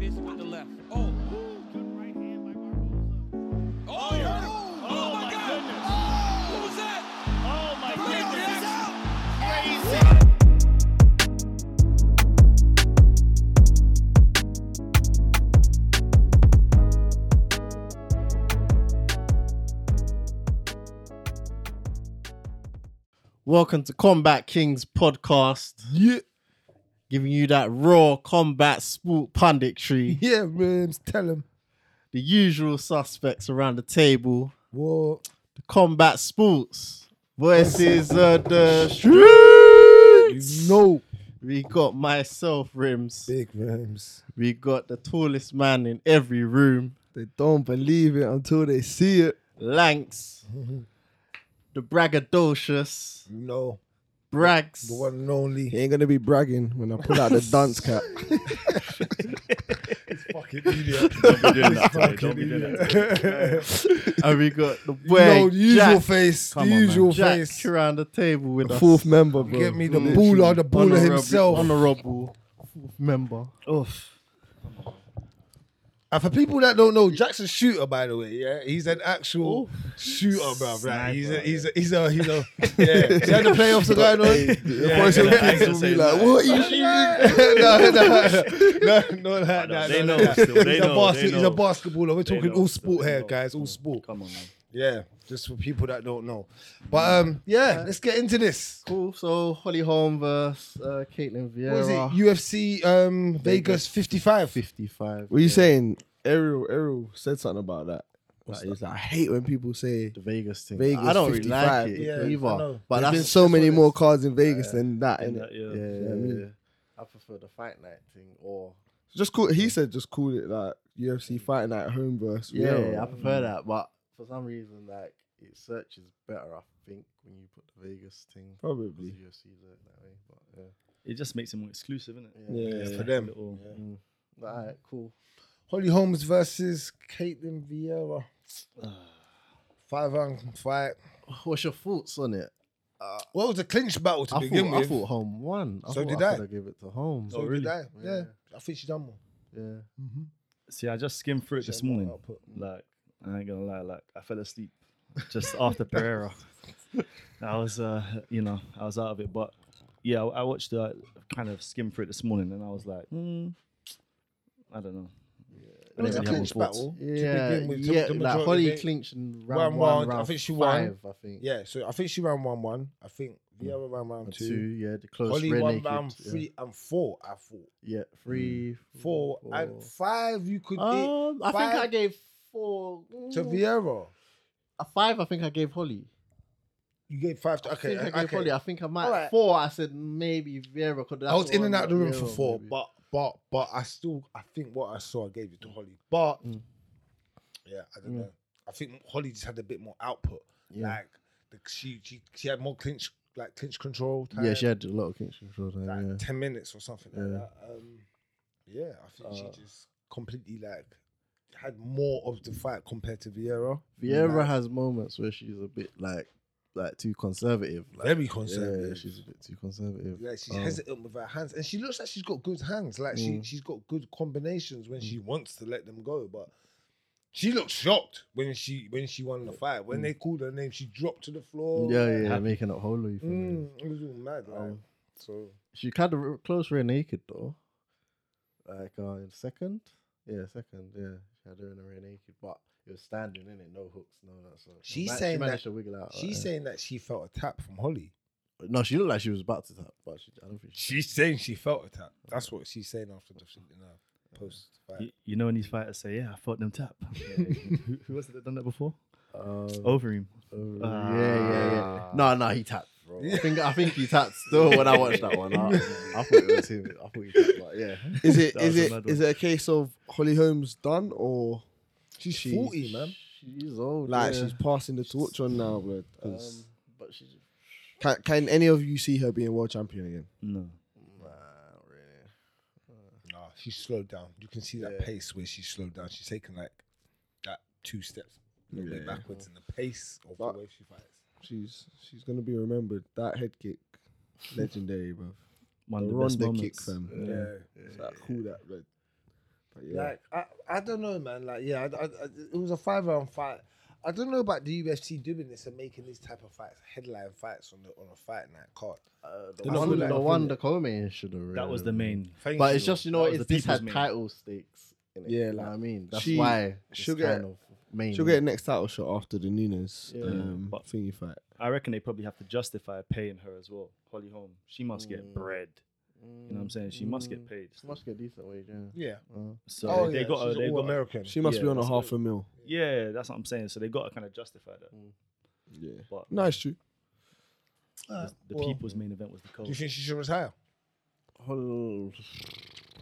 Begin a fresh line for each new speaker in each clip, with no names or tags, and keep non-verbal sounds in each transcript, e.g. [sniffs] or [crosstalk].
left. Oh. Oh, you heard him. Oh,
Oh,
my
my
God.
goodness.
Oh, what was that?
Oh my
Playoff
goodness.
action.
Welcome to Combat Kings podcast. Yeah. Giving you that raw combat sport punditry.
[laughs] Yeah, Rims, tell him.
the usual suspects around the table.
What?
The combat sports versus uh, the streets.
No.
We got myself, Rims.
Big Rims.
We got the tallest man in every room,
They don't believe it until they see it.
Lanks. the braggadocious,
You know,
Brags.
the one and only. He ain't gonna be bragging when I pull out [laughs] the dunce cap. fucking idiot.
Don't be
[laughs]
doing that to me. Don't be doing that to me.
and we got the
[laughs] You know,
boy,
the usual
Jack,
face.
Come
the
on, man.
usual
Jack
face.
around the table with us.
Fourth member, bro.
Get me the
baller, the baller
Honorable-
himself.
Honorable member.
And for people that don't know, Jack's a shooter, by the way. Yeah, he's an actual shooter, bruv. Right? He's a he's a he's a
[laughs]
he's a yeah. See how the playoffs are going on. Yeah,
yeah, yeah, yeah, yeah, yeah,
will be like,
yeah.
what are you shooting? no,
[laughs]
no, [laughs] no, no, no, no, no,
They
no,
know
no.
still. They
he's,
know,
a bas-
they
he's
know.
a basketballer. We're talking
know,
all sport
they
here,
know.
guys. All sport.
Come on, man.
Yeah, just for people that don't know. But um, yeah, let's get into this.
Cool. So Holly Holm versus uh, Caitlin Vieira.
What is it? UFC um, Vegas 55.
55.
What you
yeah.
saying? Ariel, Ariel said something about that. Like, he's like, I hate when people say
The Vegas thing.
Vegas
I don't really like
55.
it
Yeah, I
either.
know.
But
there's
that's
been so
that's
many
what it
more
is.
cars in Vegas than that,
And
innit?
that, yeah.
Yeah,
Yeah, I mean-
yeah. I prefer the fight night thing or
Just call. He said, just call it like UFC fighting at home versus.
yeah,
Real.
I prefer that. But for some reason, like it searches better, I think, when you put the Vegas thing.
Probably.
Because UFC do it that way, but yeah.
It just makes it more exclusive, isn't it?
Yeah,
for them.
Little-
Mm. But, all right, cool.
Holly Holmes versus Caitlin Vieira. [sighs] Five round fight. Uh,
What's your thoughts on it?
Well, it was a clinch battle to
I
begin
thought,
with.
I thought home won. I
So
thought
did
I.
I.
coulda give it to home.
So
Oh, really?
did I. Yeah.
Yeah.
I think she done more.
yeah.
See, I just skimmed through it this morning. Like, I ain't gonna lie, like I fell asleep just
[laughs]
after Pereira. I was, uh, you know, I was out of it. But yeah, I, I watched uh, kind of skimmed through it this morning, and I was like, hmm, I don't know. I
It
didn't really
was a
have
clinch
my thoughts.
battle. to
Yeah,
begin with. The-
yeah
the majority
like
of
Holly
it-
clinched in round
round
one,
one, I
round
think she
five, I think.
Yeah, so I think she ran 1 1. I think Vieira ran
Or
round
two.
2.
yeah, the close
Holly
rear
won
naked,
round
yeah.
3 and 4, I thought.
Yeah, three,
Four, and 5, you could eat
Um, I think I
five.
gave four mm,
to Vieira.
A five, I think I gave Holly.
You gave 5 to.
I
Okay,
[laughs] think I gave
okay.
Holly. I think I might
Alright.
four. I said maybe Vera could.
I was in and out of the room for four, but but but I still I think what I saw I gave it to Holly. But
Mm.
yeah, I don't
Mm.
know. I think Holly just had a bit more output.
Yeah.
Like the, she, she she had more clinch like clinch control time.
yeah, she
[laughs]
had a lot of kinship control time.
like
yeah.
ten minutes or something like
Yeah.
that. Um, yeah, I think
Uh,
she just completely like had more of the fight compared to Vieira. [laughs]
Vieira
Like,
has moments where she's a bit like like too conservative. Like,
very
Yeah,
conservative.
she's a bit too conservative.
Yeah, she's
Um,
hesitant with her hands, and she looks like she's got good hands. Like she,
Mm.
she's got good combinations when she wants to let them go. But she looked shocked when she when she won the fight. When they called her name, she dropped to the floor.
Mm. Yeah,
like,
yeah, making up whole loaf.
Mm, it was all mad. Like,
Um,
so
She kind of r- close rear naked though. Like uh, in second, yeah, second, yeah. She had her in a rear naked, but it was standing in it, no hooks, no that sort. She
She's
man- she
saying that-
managed to wiggle out.
she's
uh, yeah.
saying that she felt a tap from Holly.
no, she looked like she was about to tap, but she, I don't think she.
She's saying she felt a tap. That's
Uh.
what she's saying after the in her post
You,
fight.
you know when these fighters say, "Yeah, I fought them tap." [laughs] who, who was it that done that before?
Um,
Overeem.
oh, yeah, yeah, yeah.
Ah.
No, no, he tapped. Bro. I think I think he tapped still when I watched that one. I, I thought it was him. I thought he tapped, but yeah.
Is it?
That
Is
was a
it?
mad
Is
one.
it a case of Holly Holmes done or
She's
She-
forty, man.
She's old.
like
yeah.
she's passing the torch on now, blood? 'Cause
Um, but she's
can, can any of you see her being world champion again?
No.
nah, not really.
Nah, she's slowed down. You can see that
Yeah.
pace where she's slowed down. She's taken like that two steps a little bit
Yeah.
backwards in the pace of
But-
the way she fights.
She's she's gonna be remembered. That head kick, legendary, bro.
One
The
of the best
Ronda
moments.
kick, fam.
Yeah.
Like, Cool that, blood. But yeah.
Like I, I don't know, man. Like yeah, I, I, I- it was a five round fight. I don't know about the UFC doing this and making these type of fights headline fifights on the on a fight night card.
Uh,
The
I
one,
feel like-
the one, the co-main should have.
That was the main.
Thank
But
you.
it's just you
That
know
was
it's
the
this had
people's main.
title stakes. In it,
Yeah,
you know
like,
what I mean that's
she-
why it's
she'll get-
kind of main.
She'll get next title shot after the Nunes
Yeah.
um,
But-
thingy fight.
I reckon they probably have to justify paying her as well. Holly Holm, she must get bread. You know what I'm saying? She must get paid.
Mm. She must get decent wage. Yeah.
yeah.
Uh,
So
oh,
they
yeah,
got.
she's
They
all
got.
American.
She must
Yeah,
be on a
that's
half a mil.
Yeah, that's what I'm saying. So they got to kind of justify that.
Mm.
Yeah.
But
No, it's true.
Uh,
the, the
well,
mm.
people's main event was the
Do you
coach.
think she should retire?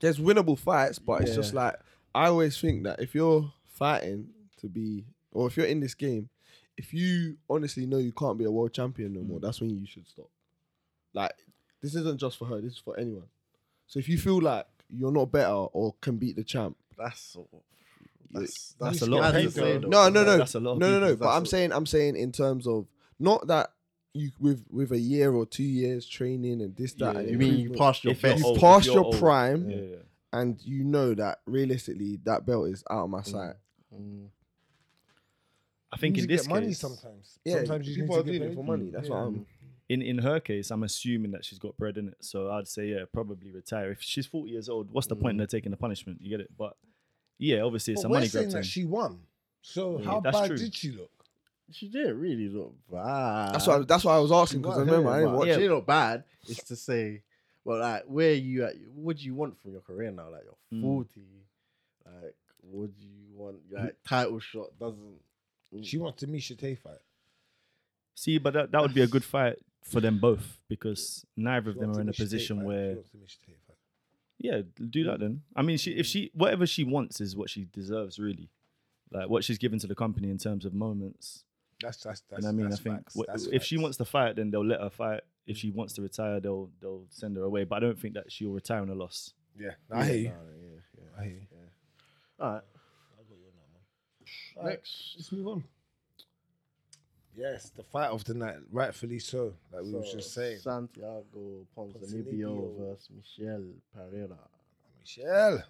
There's winnable fights, but it's just
Yeah.
like I always think that if you're fighting to be, or if you're in this game, if you honestly know you can't be a world champion no more, that's when you should stop. Like this isn't just for her. This is for anyone. So if you feel like you're not better or can beat the champ,
that's all.
that's-
that's a lot of
that's
people.
insane, though.
No, no, no,
That's a lot. Of
no, no,
people.
no. But
that's
I'm
all.
saying, I'm saying in terms of not that you with with a year or two years training and this that.
Yeah,
and
you
You mean you
improvement,
passed your
If you're
best?
you
old,
pass
you're
your
old.
prime
Yeah, yeah.
and you know that realistically that belt is out of my sight.
Mm.
I think
you
in
get
this
money
case,
sometimes.
Yeah,
sometimes you
people
need
are
to get
doing it
paid.
for money. That's what
Yeah.
Mm.
I'm.
in in her case, I'm assuming that she's got bread in it. So I'd say yeah, probably retire. If she's 40 years old, what's the point in her taking the punishment? You get it? But yeah, obviously it's
Mm. But
a
we're
money
saying
grab.
that
thing.
she won. So
Yeah,
how
that's
bad
true.
did she look?
She didn't really look bad.
That's what. I, that's what I was asking because I
Right,
remember I didn't
but
watch
She
it.
look bad. It's to say, well, like, where you at? What do you want from your career now? Like, you're
Mm.
forty. Like, what do you want?
Mm.
Like, title shot doesn't.
She wants to Misha Tay fight.
See, but that, that would be a good fight for them both because neither of
She
them
wants
are
a
in a
Misha Tate
position
fight.
where
She wants a Misha Tate fight.
yeah, do that then. I mean, she if she
Mm.
whatever she wants is what she deserves really. Like what she's given to the company in terms of moments.
That's that's that's.
And I mean, I
that's
think
facts.
what-
That's
if she
facts. Mm.
wants to fight, then they'll let her fight. If she wants to retire, they'll they'll send her away. But I don't think that she'll retire on a loss.
yeah, I hear you. I hear you.
All right.
All right, let's move on. Yes, the fight of the night, rightfully so. Like we were just saying,
Santiago Ponzinibbio
Ponzinibbio.
versus Michelle Pereira.
Michelle,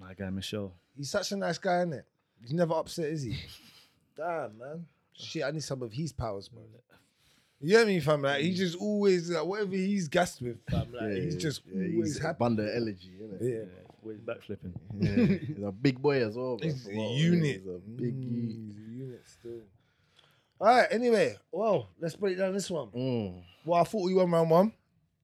My guy Michelle.
he's such a nice guy, isn't it? He's never upset, is
[laughs]
he? Damn, man. Shit, I need some of his powers, bro. You know what I mean, fam? Like, he
Mm.
just always like whatever he's gassed with, fam. Like, he's just
yeah,
always
he's
happy.
Abundant energy, innit?
Yeah.
Yeah, always backflipping.
[laughs]
Yeah, he's a big boy as well. bro.
He's
From
a
what I read,
unit.
He's a big
Mm,
unit.
he's a unit still. All right. Anyway, well, let's break down this one.
Mm.
Well, I thought we won round one.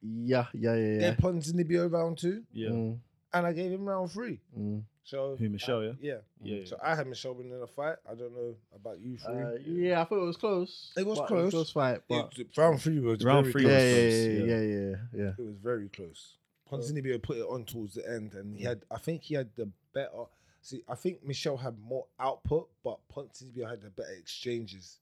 Yeah, yeah, yeah, yeah.
Gave Ponzinibbio round two,
Yeah.
Mm,
and I gave him round three.
mm.
So
Who, Michelle, yeah?
yeah.
Yeah. yeah.
So I had Michelle winning the fight. I don't know about you three.
Uh, yeah, I thought it was close.
It was
but
close.
close fight,
It-
but
round three was
Round
very
three
close.
was
yeah, yeah, yeah,
close, yeah.
yeah, yeah, yeah.
It was very close.
Uh,
Ponzinibbio put it on towards the end, and he had. I think he had the better. See, I think Michelle had more output, but Ponzinibbio had the better exchanges.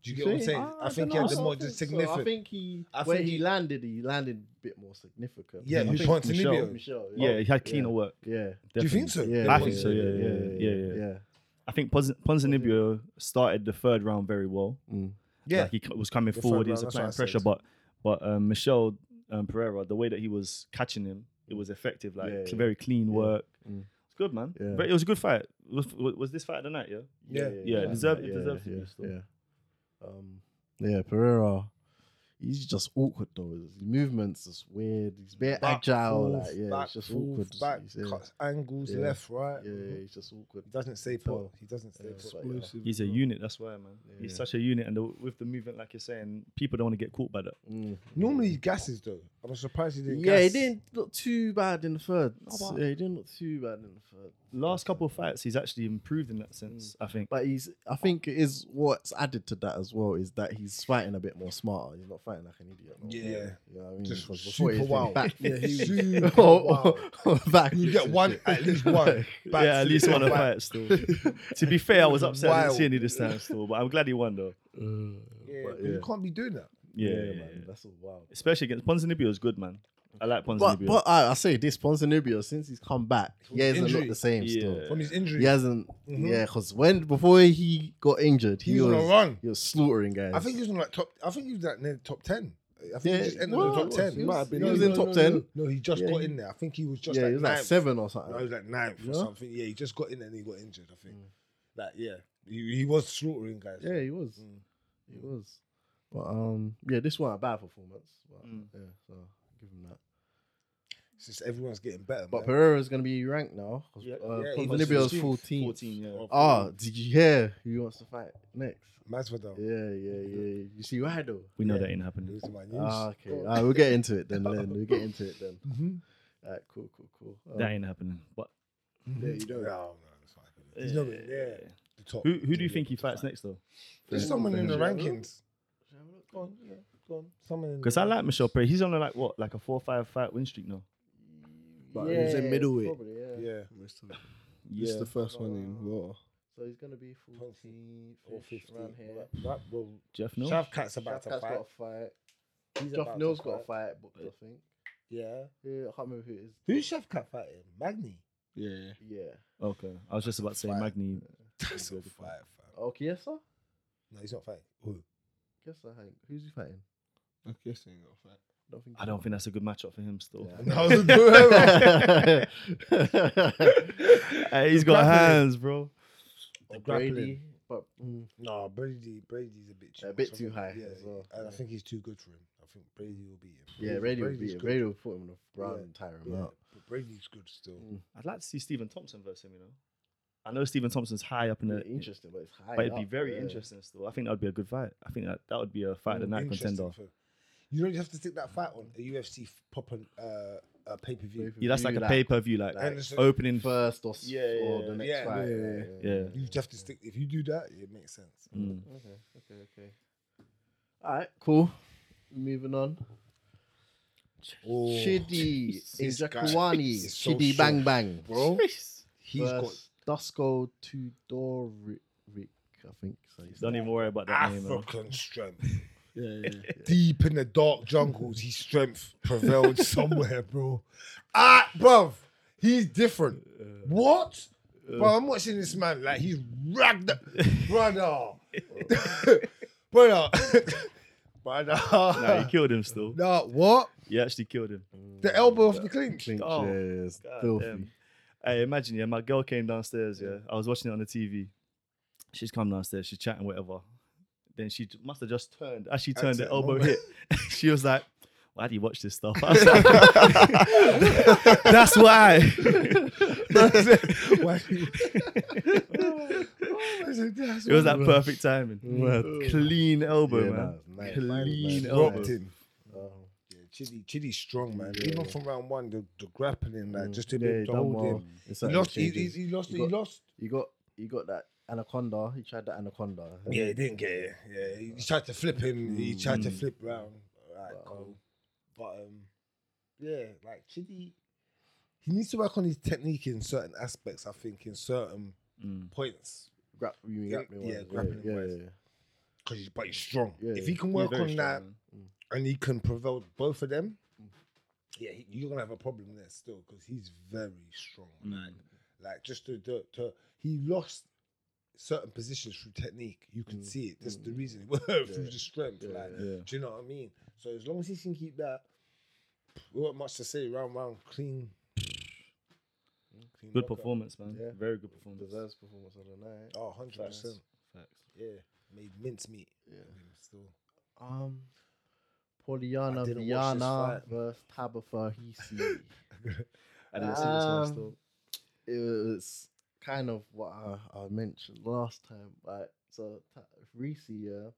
Do you get what I'm
See?
saying? I, think he had the
dunno.
more
Ah, I think so.
significant.
I think he
I
where
think
he,
he-
landed, he landed a bit more significant.
yeah,
I
who's
think
Michelle-
Ponzinibbio?
Michelle.
Yeah, he had cleaner work.
Yeah.
Do you think
definitely.
so?
Yeah,
I think so, yeah, yeah, yeah, yeah. I think Ponz- Ponzinibbio started the third round very well.
Mm.
Yeah.
Like he c- was coming
The third
forward, he was
round, that's
applying
what I
pressure,
said.
but but um, Michelle um, Pereira, the way that he was catching him, it was effective. Like
Yeah,
it's
yeah,
very clean
yeah.
work.
Mm.
It's good, man.
Yeah.
But it was a good fight. Was, was was this fight of the night? Yeah.
Yeah.
Yeah, it deserved- it deserved to
yeah,
be still.
Yeah. Um, yeah, Pereira, he's just awkward though. His movements is weird. He's very
Back,
agile.
forth,
like, yeah,
back,
it's just
forth,
awkward.
Back
yeah.
cuts, angles,
Yeah.
left, right.
yeah, yeah,
Mhm.
he's just awkward.
He doesn't stay put. He doesn't stay
Yeah,
put.
it's like,
Explosive
He's a
as well.
unit. That's why, man. He's
Yeah.
such a unit, and the, with the movement, like you're saying, people don't want to get caught by that.
Mm.
Normally he gasses though. I'm surprised he didn't.
Yeah, he
gas.
didn't look too bad in the third.
No, but-
yeah, he didn't look too bad in the third.
Last couple of fights, he's actually improved in that
Mm.
sense. I think.
But he's, I think, it is what's added to that as well is that he's fighting a bit more smarter. He's not fighting like an idiot. no.
Yeah.
you know what I mean.
Just
'Cause before
super
he was doing
wild.
Back,
Yeah,
[laughs]
he was-
oh, back.
You get one
[laughs]
at least one. back
yeah, at
flip
least one of
back.
fight still.
[laughs]
to be fair, I was upset I didn't see
Wild.
any this time still, but I'm glad he won though.
Uh,
Yeah,
but
'cause you can't be doing that.
Yeah,
yeah,
yeah,
man,
yeah.
that's all wild.
especially against Ponzinibbio is good, man. I like
But
Ponzinibbio.
but I, I say this Ponzinibbio since he's come back, he hasn't
Injury.
looked the same.
yeah.
Still,
From his injury,
he hasn't.
Mhm.
Yeah, because when before he got injured,
he,
he
was, on a
was
run.
he was slaughtering guys.
I think he was on like top. I think he was like near top ten I think
Yeah,
he just ended
well,
the top ten.
he might have been-
No,
he was in
no,
top
no,
10.
No, no, he just
Yeah,
got
he-
in there. I think he was just
yeah,
like
he was like
ninth.
seven or something.
No, he was like ninth
Yeah?
or something. Yeah, he just got in there and he got injured. I think. Like yeah, he, he was slaughtering guys.
Mm. yeah, he was.
Mm.
He was. But um, yeah, this wasn't a bad performance. But,
Mm.
Yeah, so I'll give him that.
It's just everyone's getting better.
But
man.
Pereira's gonna be ranked now. 'cause,
Yeah,
uh,
yeah,
Conte
he was
Nibio's
14th.
14.
14, yeah.
Oh,
Ah, did you hear who he wants to fight next?
Masvidal.
Yeah, yeah, yeah. You see why though?
We know
Yeah.
that ain't happening.
Those are my news.
Ah, okay. All right, we'll get into it then. Then we'll get into it then.
Mhm.
All right, cool, cool, cool. Um,
That ain't happening. But
yeah, you
No,
don't.
no, it's fine. He's not been there. The top.
who who do you think he fights next though?
There's someone in the
Yeah.
rankings. Go on, yeah, go on. Someone in.
Because I like Michelle Perez. He's on a, like what, like a four five fight win streak now.
But he's a middleweight.
Mm, probably, yeah.
Yeah.
Most of it. This is the first one in [laughs] Raw.
So he's gonna be 14,
Or
50
50.
around here.
Right, right, well,
Jeff no.
Shavkat's about
Shafkat's
to fight.
got a fight.
He's about
Joff
to
Neal's got a
fight.
fight booked, I think.
Yeah.
Yeah, I can't remember who it is.
Who's Shavkat fighting? Magni.
Yeah, yeah.
Yeah.
Okay, I was just about to say
Fight.
Magni.
That's a fight, fam.
Oh, Kiesa?
No, he's not fighting. Who?
Kiesa, Hank. Who's he fighting?
I guess he ain't got a fight.
don't think.
I don't think that's a good matchup for him still.
Yeah. [laughs]
No, whoever.
[laughs] [laughs]
[laughs]
Hey, he's got hands, bro.
Or
grappling.
Brady, but mm,
no, Brady. Brady's a bit too
A
much.
bit
I
too
think-
high
Yeah,
as well.
And
Yeah.
I think he's too good for him. I think Brady will beat him.
yeah, Brady will
Brady's
beat him.
good.
Brady will put him on the ground
Yeah,
and tire him
Yeah,
out.
but Brady's good still.
I'd like to see Stephen Thompson versus him. You know, I know Stephen Thompson's high up in
Yeah,
the,
interesting, but it's high.
but it'd be
up,
very
yeah.
interesting still. I think that would be a good fight. I think that that would be a fight of the
Mm,
night
interesting
contender.
for- You don't have to stick that fight on a UFC f- pop and uh, a pay per view.
Pay-per-view,
Yeah, that's like a
like-
pay per view, like,
like
opening.
First or, s-
Yeah,
or
yeah,
the next
yeah.
fight.
Yeah,
right,
yeah. Yeah.
You just have to stick. If you do that, it makes sense.
Mm.
Okay, okay, okay. All right, cool. Moving on.
Oh,
Shidi
this guy
Injakwani.
is so
Shidi
short.
Bang Bang.
bro, he's got
versus Dusko Tudoric, I think. So he's
Don't even worry about that name. Man.
African strength.
Yeah, yeah. yeah.
Deep in the dark jungles, his strength prevailed [laughs] somewhere, bro. Ah, bruv, he's different. What? bro, I'm watching this man like he's
[laughs]
ragged, up. brother, [laughs] brother, [laughs] brother.
[laughs] Nah, he killed him still.
[laughs] Nah, what?
He actually killed him.
The elbow off the clinch. [laughs]
Clinch,
[laughs] Oh,
yeah, it's
God
filthy.
damn. Hey, imagine, yeah, my girl came downstairs, yeah. I was watching it on the TV. She's come downstairs, she's chatting, whatever. Then she j- must have just turned. As she turned, the
Accident
elbow hit.
moment.
[laughs] she was like, why do you watch this stuff? [laughs] I was like, That's why.
[laughs]
Why do [laughs] you- Oh, that's- that's
It was
what-
that perfect timing. Clean elbow,
Yeah, nah,
man.
it's nice.
Clean
Nice.
elbow.
rocked him.
Um,
Yeah, Chidi, Chidi's strong, man.
Yeah.
Even from round one, the, the grappling, like,
Mm.
just to
yeah,
be
he
to
done
hold
well.
him.
It's
He
like
lost, he,
changes.
he, he lost,
You
he
got-
lost.
You got you got that anaconda. He tried the anaconda.
Yeah, he didn't get it. Yeah, he, he tried to flip him. He tried to
Mm.
flip round. Alright,
But,
cool. But um, yeah, like Chidi, he needs to work on his technique in certain aspects. I think in certain
Mm.
points,
Grap, you mean
Yeah,
grappling
yeah,
wise,
grappling
yeah,
wise.
yeah, yeah.
because he's but he's strong.
Yeah,
if
yeah.
he can
He's
work
very
on
strong,
that
man.
and he can prevail both of them, yeah, he, you're gonna have a problem there still because he's very strong. man. Like just to, to, to he lost certain positions through technique. You can
Mm.
see it. That's the
Mm.
reason it [laughs] worked through
Yeah.
the strength.
Yeah,
Like,
yeah.
do you know what I mean? So as long as he can keep that, we weren't much to say. Round round, clean. clean
Good
knockout.
performance, man.
Yeah.
Very good performance.
Deserves performance of the night.
Oh, 100 percent.
Facts.
Yeah, made mincemeat.
Yeah.
of him Still,
Um,
I
Poliana
didn't watch this
Viana
fight.
versus Tabitha Hisi.
[laughs] I didn't see this one
Um,
still.
it was kind of what I, I mentioned last time. Like, so Ta- Reese, yeah,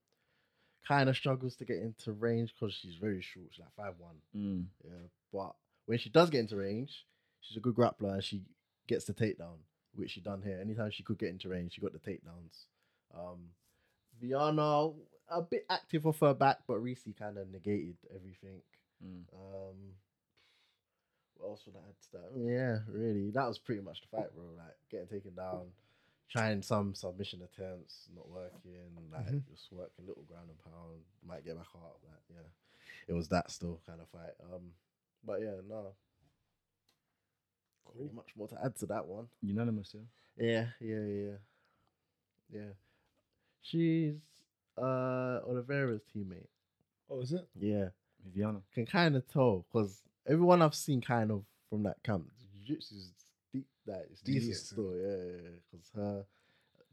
kind of struggles to get into range because she's very short. She's like five one.
Mm.
Yeah, but when she does get into range, she's a good grappler and she gets the takedown, which she done here. Anytime she could get into range, she got the takedowns. Um, Viana a bit active off her back, but Reese kind of negated everything.
Mm.
Um, what else would I add to that? Yeah, really, that was pretty much the fight, bro. Like getting taken down, trying some submission attempts, not working. Like just working little ground and pound, might get back up. Like yeah, it was that still kind of fight. Um, but yeah, no. Pretty much more to add to that one.
Unanimous, yeah.
Yeah, yeah, yeah, yeah. She's uh Oliveira's teammate.
oh, is it?
Yeah,
Viviana.
can kind of tell because everyone I've seen kind of from that camp, jiu-jitsu's deep. That it's decent
Decent.
still, yeah. Because her,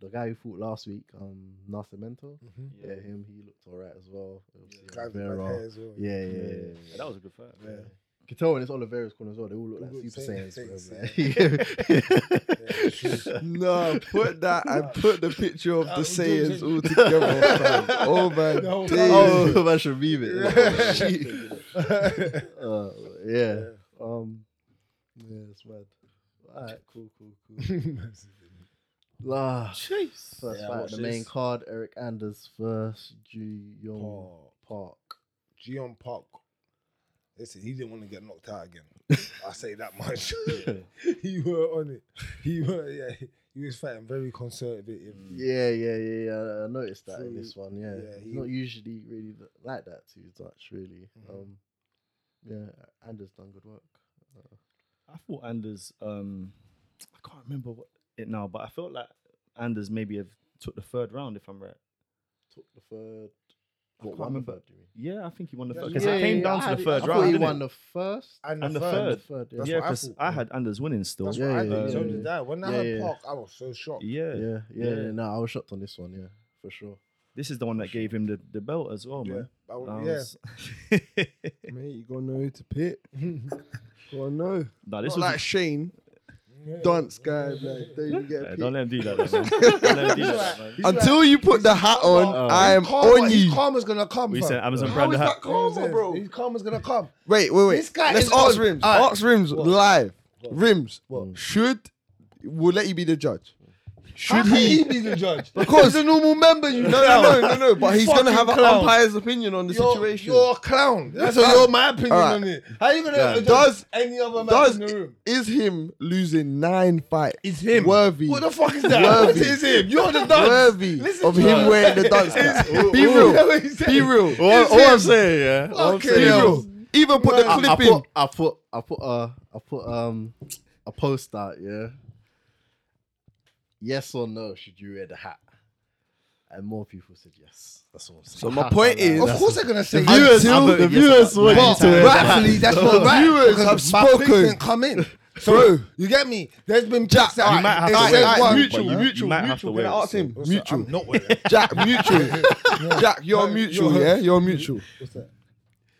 the guy who fought last week, um, Nascimento,
Mm-hmm.
yeah, him, he looked alright as well. Obviously,
Guy with bad
Oliveira.
hair as well.
yeah, yeah,
Yeah,
yeah,
that was a good fight.
Yeah.
You can tell when it's Oliveira's corner as well. They all look
All
like
look
Super
same,
Saiyans.
same,
bro, man.
No, put that [laughs] and put the picture of the
I'm
sayings [laughs]
joking.
[laughs]
all together. fam. Oh my
No,
days.
oh, I should meme
[laughs]
it. [laughs]
Shit.
uh, yeah. Um, yeah, it's mad. All right, cool, cool, cool.
[laughs]
Lah,
Jeez.
first
Yeah, I
fight on
watched
the main
this.
card: Eric Anders versus Ju
Oh.
Young
Park.
Park.
Gion Park. Listen, he didn't want to get knocked
[laughs]
out again. I say that much. [laughs] he were on it. He were yeah. He was fighting very conservative.
Mm.
Yeah, yeah, yeah, yeah. I noticed that in
Fully-
this one. Yeah,
yeah,
He's
he-
not usually really th- like that too much, really.
Mhm.
Um, yeah, Anders done good work.
I thought Anders. Um, I can't remember what it now, but I felt like Anders maybe have took the third round if I'm right.
Took the third.
I can't remember.
Do you mean?
Yeah, I think he won the
Yeah,
third because
yeah,
it came down
I
to the
had-
third
I thought
round.
He
didn't
won
it?
the first.
And the
and
third.
the third, yeah.
That's
yeah,
what I
because
thought,
I,
yeah.
had Anders winning still.
That's
Yeah,
what
yeah,
I did.
yeah,
so
yeah.
did I. When I
Yeah,
heard
yeah.
Park, I was so shocked.
Yeah.
yeah, yeah,
Yeah.
yeah. No, I was shocked on this one. Yeah, for
[laughs]
sure.
this is the one that gave him the, the belt as well,
Yeah.
man. Um,
I was,
I
yeah. [laughs]
was-
Mate, you gotta know who to [laughs] pick. gotta know.
[laughs] nah,
This Not
this was
like Shane,
Yeah.
dunce guy. Like, don't you get
Yeah,
a
don't
pick.
let him do that, man.
[laughs]
don't let him do that, man.
Until you put the hat on,
Oh.
I am
Karma-
on
his
you.
karma's gonna come.
We
fam.
said Amazon
How
Prime
is
the hat.
that karma,
You know what I'm
bro?
saying?
His karma's gonna come.
Wait, wait, wait.
This guy
Let's
is
ask
on.
Rims.
Alright.
Ask Rims live. Rims.
What?
Should we'll let you be the judge.
How
Should
can
he?
he be
[laughs]
the judge?
Because
he's a normal member, you
No,
clown.
no, no, no, no. But
You
he's gonna
fucking
have an
clown.
umpire's opinion on the
You're-
situation.
You're a clown. That's what you're my opinion
Alright.
on it. How you gonna
Yeah.
judge
Does-
any other man
does
in the room?
is him losing nine fights
It's him.
worthy?
What the fuck is that?
Worthy.
What is him? You're the dunce.
worthy
Listen
of
to
him
her.
wearing the
[laughs]
dance cap.
It's-
Be
You know
real.
what he said?
Be real.
all- all I'm
saying, yeah.
Fucking
Be
hell.
real. Even put the
I- I
clip
I
in.
put, I put, I put, uh, I put, um, a post out. Yeah. Yes or no? Should you wear the hat? And more people said yes. That's all. I'm saying.
So my point is,
Of course they're gonna say
The viewers-
until-
I'm a- the viewers
want you
But
to wear that.
rightfully, that's not right.
viewers
because
have
my picks
spoken.
didn't come in. So you get me? There's been Jack.
Jack, you might have to wait. Alright, mutual,
But you-
mutual,
you might have
mutual.
to
Can I
wait,
ask him?
so-
Mutual.
I'm not with it.
Jack,
[laughs]
mutual. Jack, you're
No,
mutual,
you're-
yeah? You're mutual.
What's that?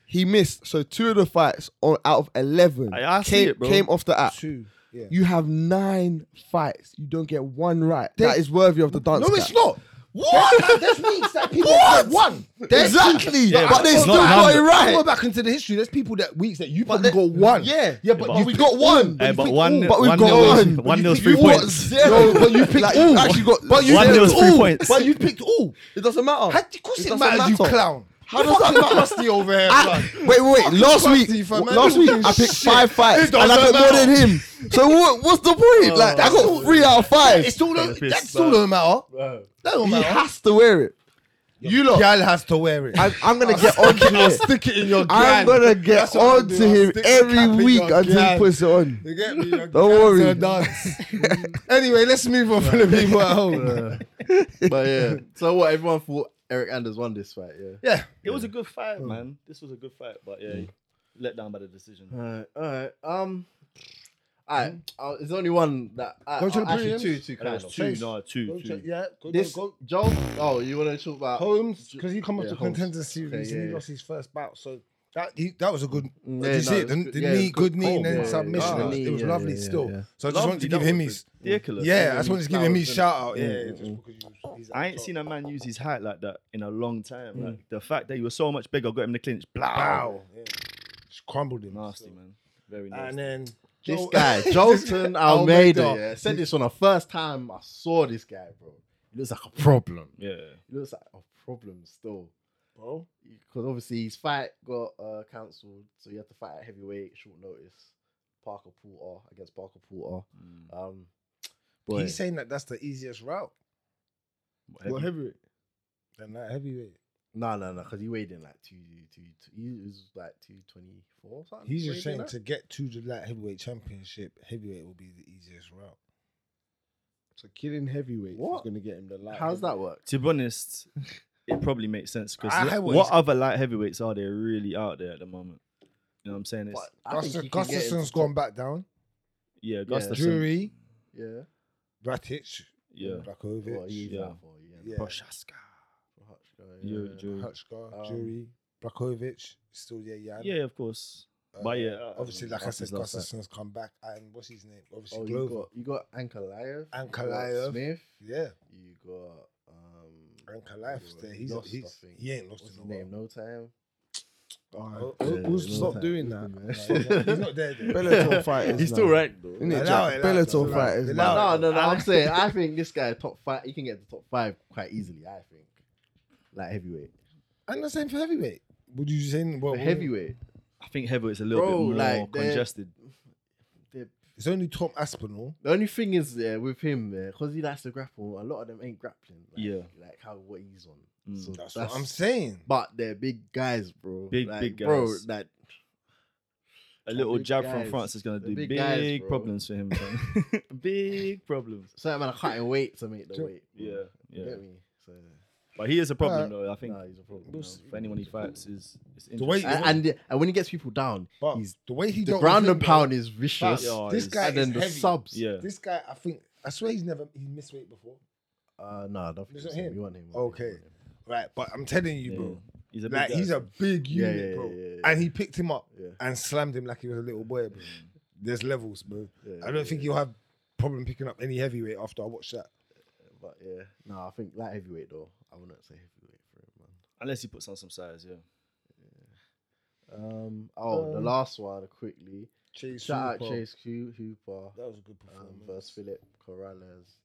He missed. So two of the fights on, out of 11
I- I see
came,
it, bro.
came off the app.
Two. Yeah.
You have nine fights. You don't get one right. that is worthy of the dance
no,
cap.
it's not. What? There's weeks that people have one. There's
Exactly.
weeks-
Yeah,
but
but
they
it's
still
not
got it
numbered.
right.
Go back into the history. There's people that weeks that
[laughs]
you probably
they-
got one.
Yeah.
yeah, but,
But
you
we-
got one.
Hey, but
you
one,
But we've
one,
got
nil is-
one.
one nil's three
picked all. You got
points.
zero, but you picked
Like, you
all.
actually got
but you
One
picked
nil's three
all.
points.
But you picked all.
It doesn't matter.
How, of course
It
it,
doesn't
matters, you
matter.
[laughs] clown.
How does that matter?
crusty over here,
I,
blood.
wait, wait, wait. Last
crusty,
week,
fam, man.
last week I
Fucking
picked
shit.
five fights
It
and I
doesn't
got more
matter. Oh.
than him.
[laughs]
So what, what's the point? like I got three out of five.
It's still don't,
Therapist,
that still don't matter. That don't
he
matter.
has to wear it. You lot,
Gal has to wear it.
I'm, I'm
[laughs]
gonna get on to
I'll
it.
stick it in your
I'm
gal.
gonna get
That's what I'll
on
do.
to
I'll
him
stick the cap
every
in
week
your
until he
gal.
puts it on.
You get me? Your
Don't
gal's
worry.
a dance. anyway, let's move
[laughs]
on from the people at home.
but yeah. So what? Everyone thought Eric Anders won this fight. Yeah.
Yeah.
It was a good fight, man. This was a good fight, but yeah, let down by the decision.
Alright, alright. Um, alright. Uh, there's only one that I,
Go to
uh,
the
actually
prelims.
two, two
And it
kind
was
of.
two,
face.
no, two, two.
Yeah. Go,
This
go,
Joel. Oh, you want to talk about?
Holmes, because he come up
Yeah,
to
Holmes.
contender series
Okay, yeah,
and he
yeah.
lost his first bout, so that he, that was a good.
Mm,
did
yeah,
you
no,
see it?
it was
The,
good-
the
yeah, it
knee,
was
good
good.
knee,
Oh,
and then
yeah, yeah,
submission.
yeah,
it was,
yeah,
it was
yeah,
lovely
yeah,
still.
yeah.
So I just wanted to give him his.
Ridiculous.
Yeah, I just wanted to give him his
flowers,
shout out. Yeah,
innit?
yeah, just
Mm,
because he was- he's at
I
the
ain't
top.
seen a man use his height like that in a long time.
Mm.
Like the fact that he was so much bigger, got him in the clinch. Blow.
Wow. Yeah. Just crumbled him.
Nasty,
So-
man. Very
And
nasty.
then
This
Joe-
[laughs] guy, Jolton
Almeida.
Almeida. Yeah, I said this on the first time I saw this guy, bro. He looks like
[laughs]
a problem.
Yeah.
He looks like a problem still.
Bro,
Because obviously his fight got uh, cancelled, so you have to fight at heavyweight, short notice. Parker Porter against Parker Porter.
Mm.
Um, boy.
he's saying that that's the easiest route.
What
Heavy-
heavyweight?
Then that heavyweight.
No, no, no, because he weighed in like two, two, two he was like two twenty four something.
He's
weighed in
just saying
at.
to get to the light heavyweight championship, heavyweight will be the easiest route.
So killing heavyweight is
What?
gonna get him the light.
How's that work?
To be honest, it probably makes sense because
I- I
what,
was-
what other light heavyweights are there really out there at the moment? You know what I'm saying? It's,
But I think
Gustafsson-
he can get into
Gustafsson's
top-
gone back down.
yeah,
Drury,
Gustafsson.
Drury,
Yeah.
Ratic,
Yeah,
Well,
Brakovic,
he's
yeah.
out for a year.
yeah.
Prochaska.
Prochaska,
Yeah,
yeah.
Drury.
Hutchka,
Um,
Drury, Brakovic, still yeah, yeah.
yeah, of course.
Uh,
but yeah, I- I
obviously,
don't
like
know,
I said,
Gustafsson's last
Gustafsson's come back, and what's his name? Obviously,
Oh, you
Glover.
got you got Ankalaev, you got
Ankalaev.
Smith,
yeah,
you got um.
and Kalife's
you
there.
got
He's,
Lost, I
he's
think.
he ain't lost
What's
in
his
a while.
name? No [laughs] time.
Oh,
Who-
yeah,
who's
yeah,
stop
yeah.
doing that?
He's not- [laughs] he's not there. there.
Bellator fighters. now.
ranked though.
Innit,
Allow
Jack?
it, allow it,
Bellator
allow it.
fighters.
Allow
man.
it.
No, no, no.
I-
I'm saying I think this guy top five. He can get to top five quite easily. I think, like heavyweight,
And the same for heavyweight. Would you say well,
For
well,
heavyweight.
I think heavyweight's a little
Bro,
bit more
like, they're-
congested.
The
It's only Tom Aspinall.
the only thing is yeah, with him because he likes to grapple. A lot of them ain't grappling. Like,
Yeah.
like how what he's on.
Mm.
So
That's, what I'm saying.
But they're big guys, bro.
Big,
Like,
big
bro.
guys.
That
A little
big
jab
guys.
from France is gonna
They're
do
big
big,
guys, bro.
problems for him. man. big problems.
certain man I can't wait to make the
Sure.
weight. bro.
[laughs] Yeah,
You
yeah.
get me? So.
But he is a problem
Alright.
though. I think
Nah, he's a problem.
you know,
see.
for anyone he fights is it's
The way-
interesting.
And, and and when he gets people down,
But
he's
the way he
the
dealt
ground
with him,
and pound is vicious.
Yeah,
This
he's-
guy
and then
is
the
heavy.
subs.
yeah.
though, This guy, I think, I swear he's never he missed weight before.
Uh, no, I don't think
Is it
it's him.
him?
You want him?
Okay. Right, but I'm telling you,
Yeah,
bro.
He's a big
Like
guy,
he's a
so-
big
Yeah,
unit,
yeah,
bro.
yeah, yeah,
And he picked him up
Yeah. Mm.
and slammed him like he was a little boy, bro. There's levels, bro.
Yeah,
I don't think you'll have problem picking up any heavyweight after I watch that.
But yeah, no, I think light heavyweight though. I wouldn't say heavyweight for him, man.
unless he puts on some size, yeah.
Um, oh, the
Um,
last one quickly.
Chase
Shout out
Hooper.
Chase Q Hooper
That was a good
um,
performance.
versus Philip Corrales.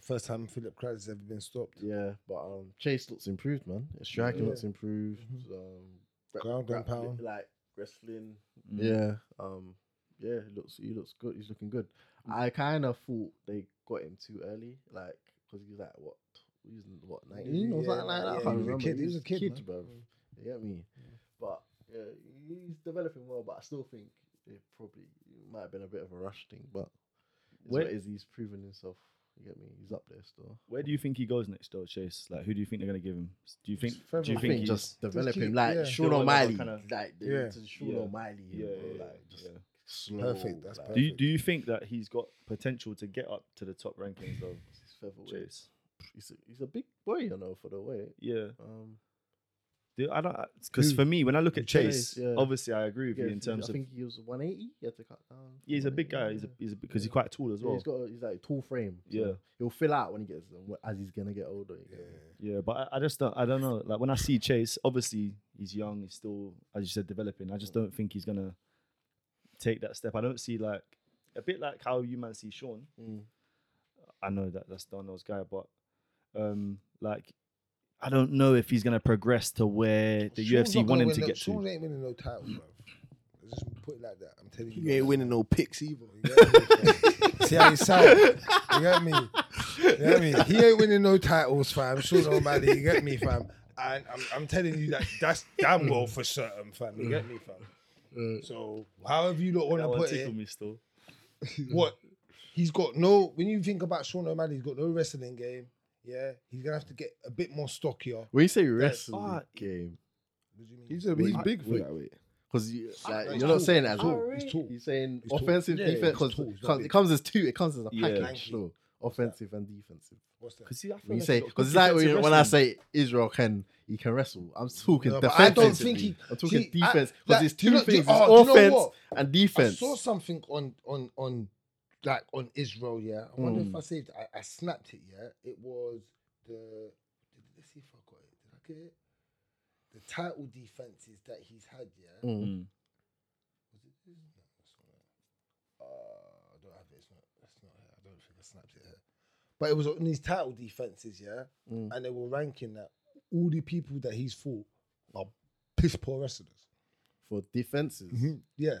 First time Philip Kraz has ever been stopped.
Yeah, but um, Chase looks improved, man. His striking
Yeah.
looks improved.
Mm-hmm.
Um, gra-
Ground and pound.
like wrestling.
Mm.
Yeah. Um. Yeah. He looks. He looks good. He's looking good. I kind of thought they got him too early, like because he's like what? He's what nineteen or
Yeah,
something like that. I
yeah,
can't
he was a
remember.
kid- he was a kid, man.
bro. You get me? But yeah, he's developing well. But I still think it probably it might have been a bit of a rush thing. But it's what
Where-
it is he's proven himself? You get me? He's up there still.
Where do you think he goes next though, Chase? Like who do you think they're gonna give him? Do you think
Trevor,
do you
I
think,
think
he's,
just develop him
keep-
like
yeah.
Sean
Still another
O'Malley,
kinda-
like the,
Yeah.
to Sean
Yeah.
O'Malley,
Yeah,
yeah,
yeah,
like just
yeah.
slow,
Perfect, that's
like,
do you
perfect.
do you think that he's got potential to get up to the top rankings though,
He's featherweight.
Chase?
He's a, he's a big boy, you know, for the weight.
Yeah.
Um,
Do, I don't because
Who?
for me when I look at
Chase,
Chase,
yeah.
obviously I agree with
yeah,
you in
if he-
terms
I
of yeah,
think he was 180. He had to cut down.
he's a
180,
big guy. He's a
yeah.
he's a because
Yeah.
he's quite tall as
Yeah,
well.
he's got a, he's like tall frame. so
Yeah.
he'll fill out when he gets um, as he's gonna get older. You get me?
Yeah, but I, I just don't. I don't know. Like when I see Chase, obviously he's young. He's still, as you said, developing. I just don't think he's gonna take that step. I don't see like a bit like how you man see Sean.
Mm.
I know that that's Darnell's guy, but um, like I don't know if he's gonna progress to where the
Sean's
UFC
not
want
gonna
him
win
to
no-
get
Sean
to.
ain't winning no title, bro. Let's just put it like that. I'm telling you.
You ain't winning no picks either.
See how he sound? You get me? You get me? He ain't winning no titles, fam. Sean O'Malley, you get me, fam? And I'm, I'm telling you that that's damn well for certain, fam. You get me, fam?
Mm.
So however you lot want to
That one
put
tickled
it,
me still.
what he's got no. When you think about Sean O'Malley, he's got no wrestling game. Yeah, he's gonna have to get a bit more stockier.
When you say wrestling
fuck.
game,
What do you mean?
He's, a, he's
Wait,
big for
wait.
that weight.
because you like,
he's
you're not
tall.
saying it as
He's
all.
tall. He's tall.
You're saying
He's tall.
offensive,
Yeah,
defense.
he's
'cause
tall, he's
it
not
comes,
big.
it comes as two. It comes as a
Yeah.
package, though. Offensive and defensive.
What's that?
Because see, I feel
When you
like
say
he's got
because
good
it's like when,
defensive
when I
wrestling.
say Israel can he can wrestle. I'm talking
No, but
defensively.
I don't think he-
I'm talking
see, I-
defense because
like,
it's
do you
two
know- do you-
things:
oh,
it's
do you know
offense
what?
and
I
defense.
saw something on on on like on Israel. Yeah, I wonder
Mm.
if I saved. it. I, I snapped it. Yeah, it was the. Did, let's see if I got it. Did I get it? The title defenses that he's had. Yeah.
Mm.
Mm.
Was it this? No, it's not it. Uh, I don't have it. It's not. It's not here. I don't think I snapped it here. But it was on his title defenses. Yeah,
Mm.
and they were ranking that all the people that he's fought are piss poor wrestlers.
for defenses.
Mm-hmm. Yeah.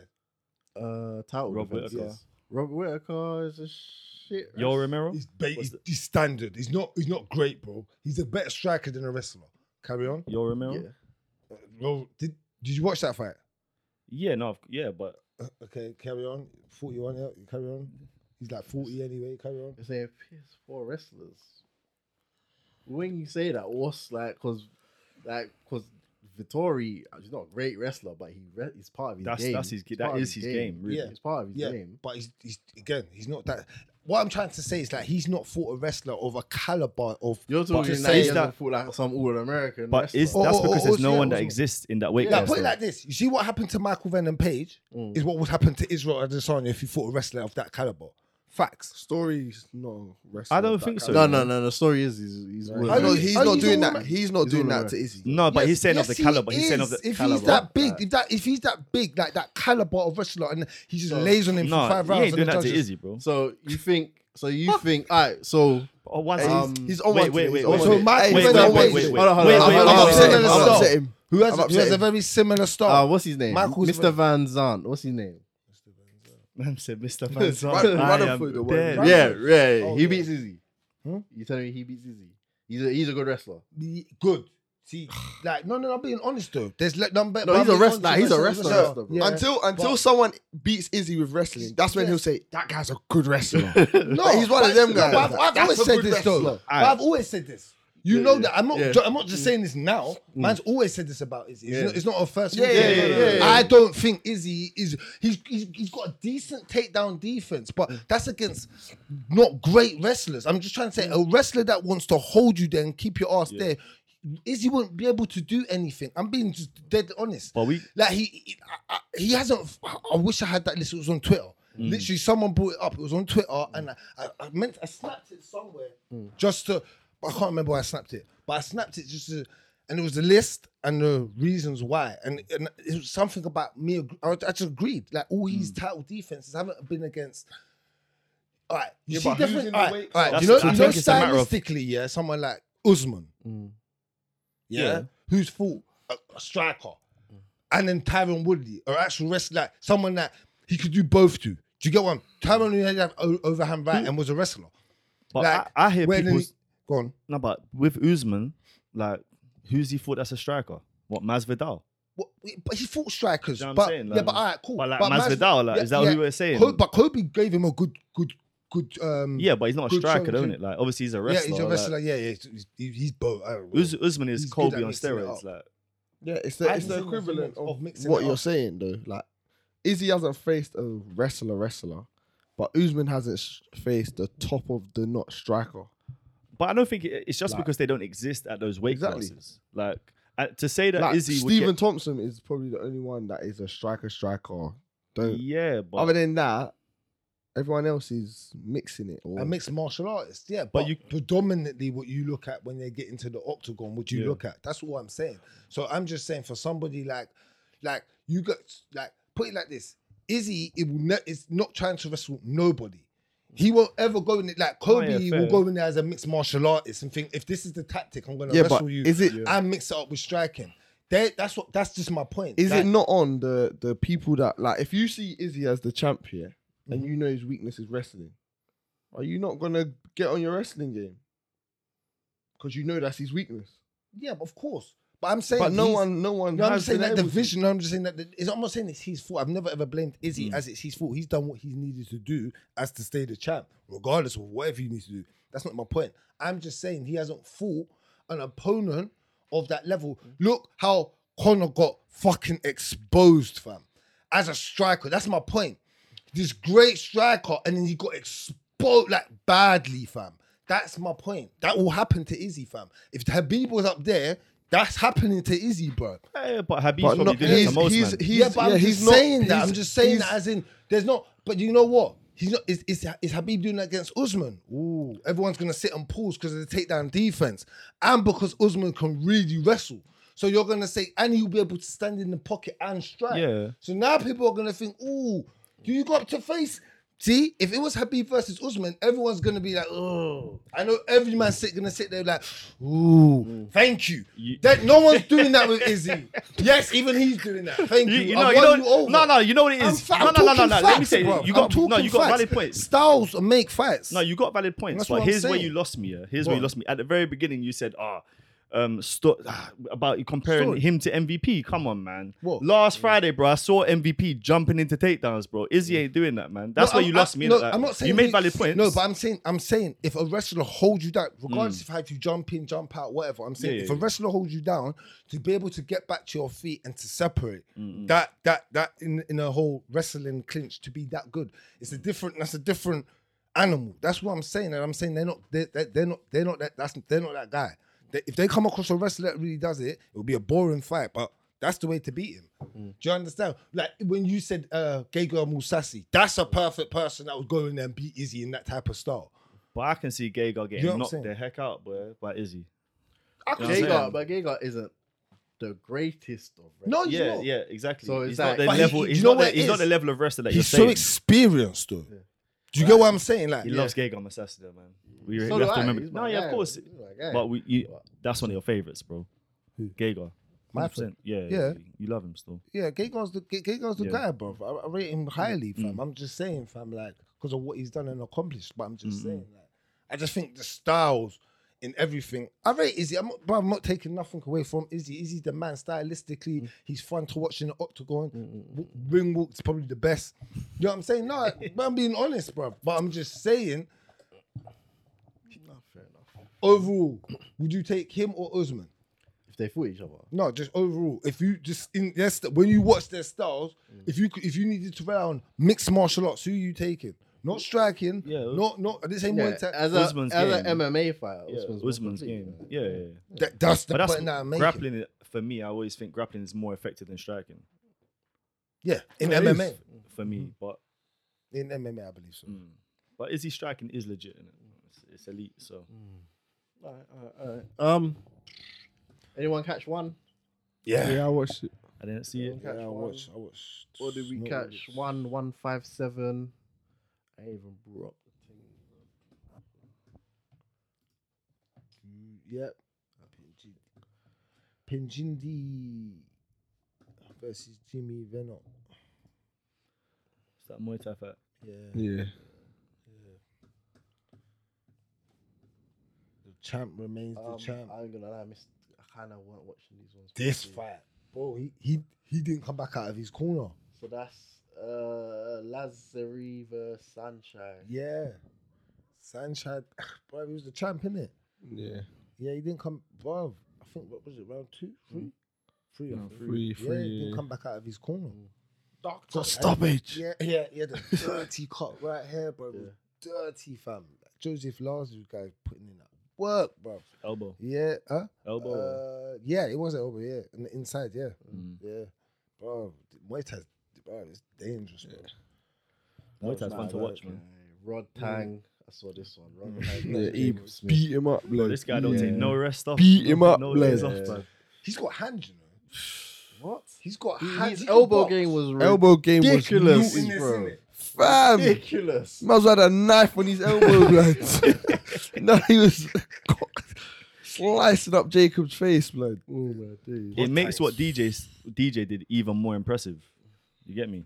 Uh, title
Robert
defenses.
Whittaker.
Robert Whitaker is a shit.
Yo
wrestler.
Romero.
He's, ba-
What's
he's, he's standard. He's not. He's not great, bro. He's a better striker than a wrestler. Carry on.
Yo Romero.
Yeah.
Yeah.
Well, did did you watch that fight?
no, of- yeah, but
Uh, Okay, carry on. Forty-one. Yeah, carry on. He's like forty anyway. Carry on.
You're saying piss poor wrestlers. when you say that, what's like, cause, like, cause Vittori, uh, he's not a great wrestler, but he re- he's part of his
That's-
game.
that's his-
He's
that
part of
is his game, really.
Yeah.
it's part of his
Yeah,
game.
but he's, he's again, he's not that. What I'm trying to say is like he's not fought a wrestler of a caliber of.
You're talking
is
like he
that-
doesn't feel like some all-American.
But
wrestler.
is
Oh,
that's
oh,
because
oh,
there's
oh,
no
yeah,
one that
also-
exists in that weight
Now
class.
put it
though.
like this: you see what happened to Michael Venom Page
Mm.
is what would happen to Israel Adesanya if he fought a wrestler of that caliber. Facts.
Stories, no.
I don't think so.
no, no, no. The story is he's, he's
No,
Are
no,
you-
he's
are
not
you
doing
all
that.
right?
He's not
He's
doing
all
that
right.
to Izzy.
No, Oh, but
Yes,
he's saying
yes,
of the
he
caliber. He's saying of
is.
the
if
caliber.
he's that big, if that if he's that big, like that caliber of wrestler, and he just lays on him
no,
for five
he
rounds.
ain't doing
and the
that to
judges-
Izzy, bro.
So you think? So you think? All right. So
Oh, one
Hey,
second.
Um,
he's on
wait,
one
wait,
today,
wait,
he's on
wait,
one
So
today.
Michael
wait,
Venom
wait,
Page,
wait, wait,
Hold on, hold
wait,
on,
wait,
hold
I'm
on,
wait,
hold
wait,
on,
upset
wait,
and
I'm
wait.
upset.
upset him.
Who has,
I'm
who has
upset.
a very similar
uh,
style?
what's his name?
Michael's-
Mr. Van Zant. What's his name?
Man said Mr. Van
[laughs]
Run-
Zandt.
run
I
him
am
through the world.
dead.
Run-
Yeah, yeah.
Oh,
he
yeah.
beats Izzy.
Hmm?
You telling me he beats Izzy? He's a he's a good
[laughs]
wrestler.
Good. [sighs] See, like no, no, I'm being honest though. There's like number.
No, he's a wrestler. He's a wrestler. wrestler, bro.
Yeah.
Until until
but-
someone beats Izzy with wrestling, that's when
Yeah.
he'll say that guy's a good wrestler.
No,
Like, he's one of
but-
them
no, but
guys.
I've, I've
That's a
always said
good
this though.
wrestler.
But I've always said this. You
Yeah,
know
yeah,
that I'm not.
yeah.
ju- I'm not just saying this now. Man's always said this about Izzy. It's,
Yeah.
not, it's not a first.
Mm. Yeah,
weekend.
yeah, yeah, yeah, yeah.
I don't think Izzy is. He's, he's he's got a decent takedown defense, but that's against not great wrestlers. I'm just trying to say a wrestler that wants to hold you there and keep your ass there. Izzy wouldn't be able to do anything. I'm being just dead honest.
But we
Like he, he, I, I, he hasn't. I I wish I had that list. It was on Twitter.
Mm.
Literally, someone brought it up. It was on Twitter, and I, I, I meant I snapped it somewhere
Mm.
just to. I can't remember why I snapped it, but I snapped it just to, and it was the list and the reasons why, and, and it was something about me. ag- I, I just agreed. Like all his
Mm.
title defenses haven't been against. All right, you
Yeah,
see
but who's
different.
in the
All right,
weight
all right.
class?
You know,
That's-
you
I
know
think it's a matter of- Mm.
stylistically, yeah, someone like Usman, yeah,
Yeah.
who's fought a, a striker, and then Tyron Woodley, or actual wrestler, like someone that he could do both to. Do you get one? Tyron Woodley had that o- overhand right and was a wrestler.
but
Like,
I, I hear
Where then
people
he, go on.
No, but with Usman, like, who's he thought that's a striker? What Masvidal?
What, but he fought strikers.
You know what I'm
but,
saying?
yeah,
Like-
but all right, cool.
But like
Mas-
Masvidal, like, is that what we were saying?
Ko- but Kobe gave him a good, good, good. Um,
yeah, but he's not a
Good
striker,
show,
don't
good-
it? Like, obviously he's a
yeah,
wrestler.
he's a
like,
wrestler. yeah, yeah, he's, he's, he's both. uh, I don't know.
Uz- Usman is
He's good
Kobe
at
on
mixing it
steroids.
up.
Like,
yeah, it's the,
I
it's the
think
equivalent
of
of
mixing
what
it
you're
up.
saying though. Like Izzy hasn't faced a wrestler wrestler, but Usman hasn't sh- faced the top of the not striker.
but I don't think it, it's just
Like-
because they don't exist at those weight
Exactly.
classes. Like, uh, to say that
Like
Izzy
Stephen
would
Thompson is probably the only one that is a striker striker.
get,
Don't.
yeah, but
Other than that, everyone else is mixing it. Or
a mixed martial artist, yeah. But,
you-
you predominantly what you look at when they get into the octagon, what you
Yeah.
look at. That's all I'm saying. So I'm just saying for somebody like, like you got like put it like this: Izzy, it will not. It's not trying to wrestle nobody. He won't ever go in it like Kobe
yeah,
will
fair.
go in there as a mixed martial artist and think if this is the tactic, I'm gonna
yeah,
wrestle
but
you
is it is
and mix it up with striking. They, that's what. That's just my point.
it not on the the people that like if you see Izzy as the champ here and you know his weakness is wrestling, are you not gonna get on your wrestling game? Because you know that's his weakness.
yeah, of course. But I'm saying,
But no
he's-
one, no one.
No, I'm
has
just saying
been
that the
able to.
vision. No, I'm just saying that the, it's, I'm not saying it's his fault. I've never ever blamed Izzy
Mm.
as it's his fault. He's done what he needed to do as to stay the champ, regardless of whatever he needs to do. That's not my point. I'm just saying he hasn't fought an opponent of that level. Look how Connor got fucking exposed, fam, as a striker. That's my point. This great striker, and then he got exposed like badly, fam. That's my point. That will happen to Izzy, fam. If Habib was up there, that's happening to Izzy, bro.
yeah, but Habib's
But
probably
not,
doing it
he's,
to most
he's,
man.
he's,
yeah, but I'm
yeah,
just
he's not-
saying that. I'm
he's-
just saying that
he's-
as in there's not. But you know what? He's not. Is is, is Habib doing that against Usman? Ooh, everyone's gonna sit and pause because of the takedown defense, and because Usman can really wrestle. So you're gonna say, and he'll be able to stand in the pocket and strike.
Yeah.
So now people are gonna think, ooh, do you go up to face? See, if it was Habib versus Usman, everyone's gonna be like, oh. I know every man's sit, gonna sit there like, ooh, thank you.
You-
That no one's doing that with Izzy. Yes, even he's doing that. Thank
You,
you.
you
I
know, you
won
know,
you over.
no, no, you know what it
I'm
is.
fa-
no, no,
I'm
no, no,
talking
no. Let me
facts,
say,
bro.
you
I'm
got
talking
no, you got
facts.
valid points.
Styles make fights.
No, you got valid points,
That's what
but
I'm
here's where
saying.
you lost me. Yeah? Here's
Go
where
on.
you lost me. At the very beginning, you said, "Ah, um sto- about you comparing
Story.
him to MVP. Come on, man.
What?
Last Friday, bro, I saw MVP jumping into takedowns, bro. Izzy ain't doing that, man. That's
No,
why
I'm-
you lost
I-
me.
No,
like that.
I'm not saying
you made
we-
valid points.
No, but I'm saying I'm saying if a wrestler holds you down, regardless if if you jump in, jump out, whatever. I'm
Hmm.
saying
Yeah,
if
yeah,
a wrestler holds you down, to be able to get back to your feet and to separate that that that in in a whole wrestling clinch to be that good, it's a different. That's a different animal. That's what I'm saying, and I'm saying they're not they're, they're, they're not they're not that that's they're not that guy. They, if they come across a wrestler that really does it, it'll be a boring fight, but. That's the way to beat him. Do you understand? Like when you said uh, Gay Girl Musasi, that's a perfect person that would go in there and beat Izzy in that type of style.
But I can see Gagar getting
know what I'm
knocked
saying?
the heck out, boy, by Izzy.
I
You
could
know what I'm
say
saying?
that.
Gegard, but Gegard isn't the greatest of wrestlers.
No, he's
Yeah,
not.
yeah, exactly.
So
he's
it's
not
like-
the
But he-
level.
you
he's
know
not the,
what it
he's not
is?
the level of wrestler that
He's so
you're saying.
experienced, though. Do you get what I'm saying? Like,
he loves Gagar Masasida, man. We, we
So do
have to
I.
remember.
He's
No,
my
yeah,
guy,
of course.
he's my guy.
But we, you, that's one of your favorites, bro. Gagar.
My
100%. Yeah,
Yeah.
you- You love him still.
yeah, Gay Girl's the Gay, Gay Girl's the
Yeah.
guy, bro. I, I rate him highly, fam. I'm just saying, fam, like because of what he's done and accomplished. But I'm just saying, like, I just think the styles in everything. I rate Izzy. I'm not, bro, I'm not taking nothing away from Izzy. Izzy's the man stylistically. He's fun to watch in the octagon. W- Ring walk's probably the best. You know what I'm saying? No, but I'm being honest, bro. But I'm just saying. Overall, would you take him or Usman?
If they fought each other,
No, just overall. If you just in their st- when you watch their styles,
Mm.
if you could- if you needed to rely on mixed martial arts, who you taking? Not striking.
Yeah.
Not not. I didn't say
yeah,
Muay Thai.
as, a, as
Usman's
an
game.
MMA fighter,
Yeah,
Usman's,
Usman's,
more complete,
game.
yeah.
Yeah, yeah, yeah.
That- that's the
But that's
point that I'm making.
grappling. is- For me, I always think grappling is more effective than striking.
Yeah, in
It
MMA.
is for me, but
In MMA, I believe so.
Mm.
but is he striking is legit. Innit? It's, it's elite. So
Mm.
Alright, alright, alright. Um, anyone catch one?
Yeah.
I watched it.
I didn't see it.
Yeah,
Catch
I
one.
watched. I watched.
Or did we
no,
catch one one five seven? I ain't even brought up the thing.
Yep. Pinjindi versus Jimmy Venom.
It's that Muay Thai fight.
Yeah.
Yeah.
The champ remains
Um,
the champ.
I ain't gonna lie, I missed. I kind of weren't watching these ones.
this
properly.
fight, bro, he, he he didn't come back out of his corner.
So that's uh Lazari versus Sunshine.
Yeah, [sighs] Sanchad, bro, he was the champ, innit?
Yeah.
Yeah, he didn't come, bro. I think what was it, round two, three? Three, I
No,
think.
three,
yeah,
three,
he didn't
yeah.
come back out of his corner. Doctor,
Got stoppage.
Yeah, yeah, yeah. The dirty cut right here, bro. It was Dirty fam. Like, Joseph Lazarus guy putting in that work, bro.
Elbow.
Yeah, huh?
Elbow.
Uh, yeah, it was over. Yeah, on the inside. Yeah,
Mm.
yeah, bro. Muay Thai, bro, it's dangerous. Bro.
Muay Thai's fun to watch, man.
Rod Tang. I saw this one. Rod
Mm. [laughs]
Tang.
Yeah,
versus
he
Jacob Smith.
beat him up, blood.
This guy don't take
Yeah.
no rest off.
Beat
no-
him up,
no days
blood.
off, man.
He's got hands, you know.
What?
He's got
His
hands. he can
elbow
box.
game was
Elbow game
ridiculous,
was
this,
bro.
innit?
Fam, might
Ridiculous.
as well had a knife on his [laughs] elbow, blood. no, he was [laughs] slicing up Jacob's face, blood.
Oh my days.
It makes what DJ 's- DJ did even more impressive. You get me?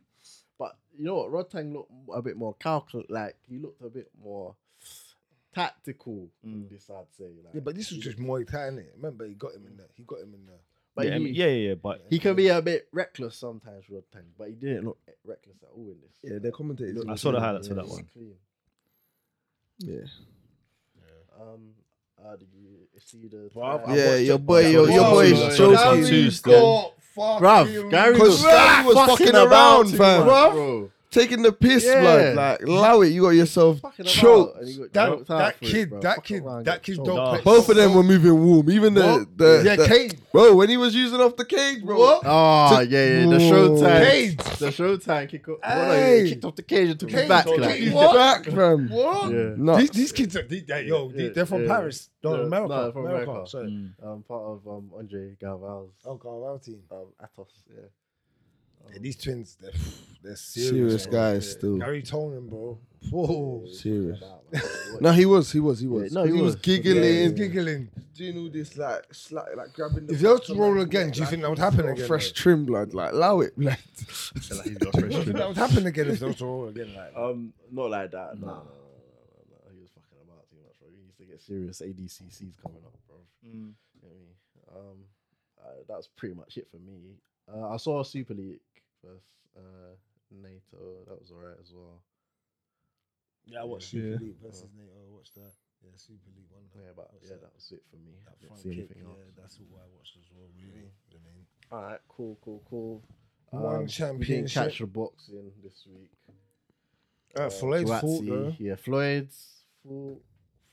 But you know what? Rod Tang looked a bit more calcul. Like he looked a bit more tactical. in This I'd say. Like,
Yeah, but this was
he
just Muay Thai, innit? Remember, he got him in there. He got him in there.
But
yeah, I
he,
mean, yeah, yeah, yeah, but
he can be a bit reckless sometimes, Rod Tang. But he didn't look e, reckless at all in this.
Yeah, their commentators.
I saw the highlights for that one.
Clean.
Yeah,
Um, uh, did you see the?
Bruv,
tag?
I
yeah,
watched
your
it,
boy,
but-
your, your
Whoa,
boy
whoa,
is
whoa.
joking.
Gary Two
got fucking-
Bruv, Gary
Cause
was,
Gary was
fucking,
fucking
around,
around,
too
fam.
much,
Bruv.
bro.
Taking the piss,
Yeah.
blood. Like, allow it. You got yourself
Fucking around,
choked.
and he got
That,
choked out
that
for it,
kid,
bro.
that
Fucking
kid,
around,
that
got
kid
choked
don't.
out.
play-
Both of them were moving warm. Even the
What?
the,
yeah,
the-
Cade.
bro when he was using off the cage, bro.
What?
Oh, yeah, yeah, the showtime.
Cage.
The showtime kick off.
Hey.
Hey. Kicked off the cage and took
Cage,
his back.
Cage,
Like.
What?
Back, fam.
What?
Yeah.
Nuts.
These, these kids are, they, they, yo, they,
Yeah,
they're from
yeah.
Paris. No,
Yeah,
America.
no, they're from
America.
America.
Sorry.
Mm.
Um, part of um Andre Galval's
Oh, God, our team.
um Atos. Yeah.
Yeah, these twins, they're, they're serious.
Serious
bro.
guys, still.
Gary Tonin, bro. Whoa.
Serious.
About, like, what-
No, he was. He was. He was.
no, he
was,
was.
giggling.
Yeah, he's giggling.
Doing all this like, sla- like grabbing. The
If they were to roll again, do you think that would happen again?
fresh trim, blood? Like, allow [laughs] it, blood.
Do you think [laughs] that
[laughs]
would
Oh,
happen again if they were to roll again? Like,
um, not like that. No, no, no, no, no, no, no. He was fucking about too much. much, bro. He needs to get serious. ADCC's coming up, bro.
Mm.
You know what I mean? Um, uh, that's pretty much it for me. Uh, I saw Super League versus uh, NATO. That was alright as well.
Yeah, I watched
Yeah.
Super League versus NATO. I watched that. Yeah, Super League one.
Yeah, but
What's
yeah,
that?
that was it for me.
That
I didn't
front
see
kick,
anything
yeah,
else.
that's all I watched as well. Really, You know what I mean,
All right, cool, cool, cool.
One
Um, We didn't
championship.
catch the boxing this week.
uh, Floyd
Guatsi,
fought though.
Yeah, Floyd's fault.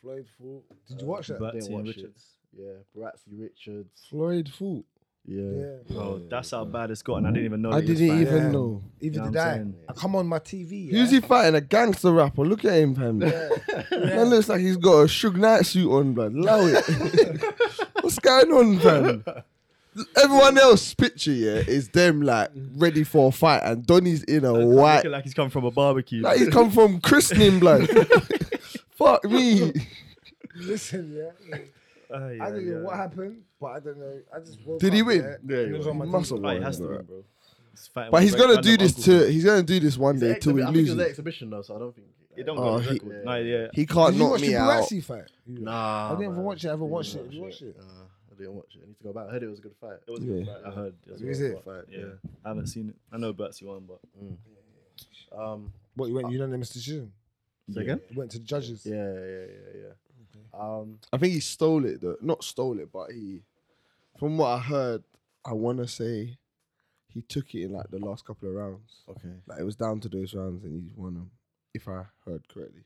Floyd fought. Did you
Uh,
watch that?
But-
Batsy
watch
and
it.
Richards.
Yeah, Bratzy Richards.
Floyd fought.
Yeah.
Yeah.
Bro, that's how bad it's gotten. I didn't even know.
I
that he was
didn't
back.
even
Yeah.
know.
Even
You know
did
what
I.
I'm
I come on my TV.
Who's
yeah?
he fighting? A gangster rapper. Look at him, fam. Man looks like he's got a Suge Knight suit on, blood. Low it. [laughs] What's going on, fam? Everyone else's picture, yeah, is them like ready for a fight, and Donny's in a
Looking
white.
Like he's come from a barbecue.
Like he's come from christening, blood. [laughs] Fuck me.
[laughs] Listen, yeah.
Ay,
I
ay,
don't know
ay.
what happened, but I don't know. I just woke
Did he
up,
win?
Yeah,
Yeah,
and
he
it was
won.
on my
He
TV.
must have
Oh, he
won.
has to
Bro.
win, bro. He's fighting
But
with
he's
Brett
gonna do
Random
this
Uncle.
to. He's gonna do this one day till he
I think it was
loses.
exhibition though, so I don't think.
It don't
Oh,
go to
he-
record. No, yeah.
He can't
Did you
knock
watch the
me out.
Barassi fight?
Nah,
I didn't even
man.
watch it. I haven't
Didn't
watched it.
watch
Did you watch it?
Uh, I didn't watch it. I need to go back. I heard it was a good fight.
It was
Yeah.
good. I heard. It was
Is
good.
it?
Fight,
Yeah. I haven't seen it. I know Bertsy won, but
Um.
What, you went unanimous decision?
Say again.
You went to judges?
Yeah, yeah, yeah, yeah. Um.
I think he stole it though. Not stole it, but he from what I heard, I wanna say he took it in like the last couple of rounds.
Okay.
Like it was down to those rounds and he won them, if I heard correctly.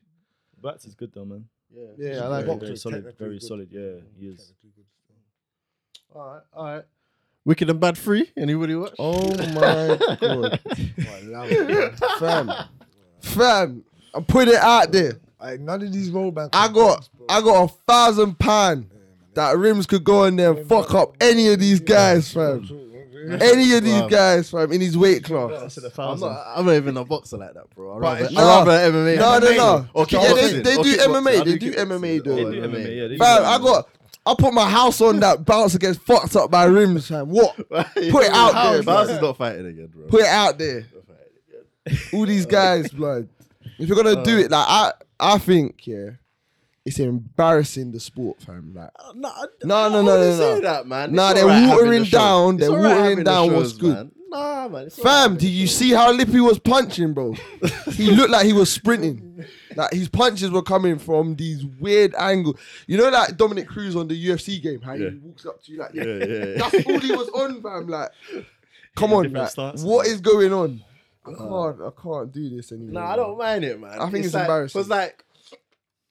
Bertsy's good though, man.
Yeah.
Yeah, I
He's
like
a
him.
Very,
boxer,
very solid.
technically
Very
good.
solid. Yeah, he is.
Technically good still.
All right. All right. Wicked and Bad Free. Anybody watch?
Oh my god. [laughs]
[laughs]
Fam. Fam. I'm putting it out there.
Like, none of these roll back.
I got I got a thousand pound that rims could go in there and fuck up any of these guys, fam.
[laughs]
Any of these
Wow.
guys, fam, in his weight
I
class.
said a
I'm
thousand.
not. I'm not even a boxer like that, bro. I'd rather,
it's-
I'd
nah.
rather MMA.
No, no, no.
Or kickboxing.
yeah, they, they
Or
do
kickboxing.
MMA.
I'll
They
do
do
kickboxing.
MMA
They
though.
do MMA. Yeah, they do
Fam, I
MMA.
got. I put my house on that bouncer gets fucked up by rims, fam. What? Put it out there,
Bounce
man.
is not fighting again, bro.
Put it out there. All these guys, blood. If you're gonna do it, like I, I think, yeah, it's embarrassing the sport, fam. Like,
No, I-
No,
I
no, no,
wouldn't
no, no.
say that, man.
Nah,
It's
they're
alright having
watering
the show.
down-
It's
they're
alright
watering
having the
down what's
shows,
good.
man. Nah, man. it's alright
fam,
having
do
the
you
shows.
see how Lippy was punching, bro? he looked like he was sprinting. Like his punches were coming from these weird angles. You know, like Dominic Cruz on the UFC game, how
Yeah.
he walks up to you like,
Yeah,
[laughs]
yeah, yeah.
that's all he was on, fam. Like, come
Yeah,
on,
different
like,
stances.
what is going on? I can't, I can't do this anymore.
Nah, I don't mind it, man.
I think it's
like,
embarrassing.
Because like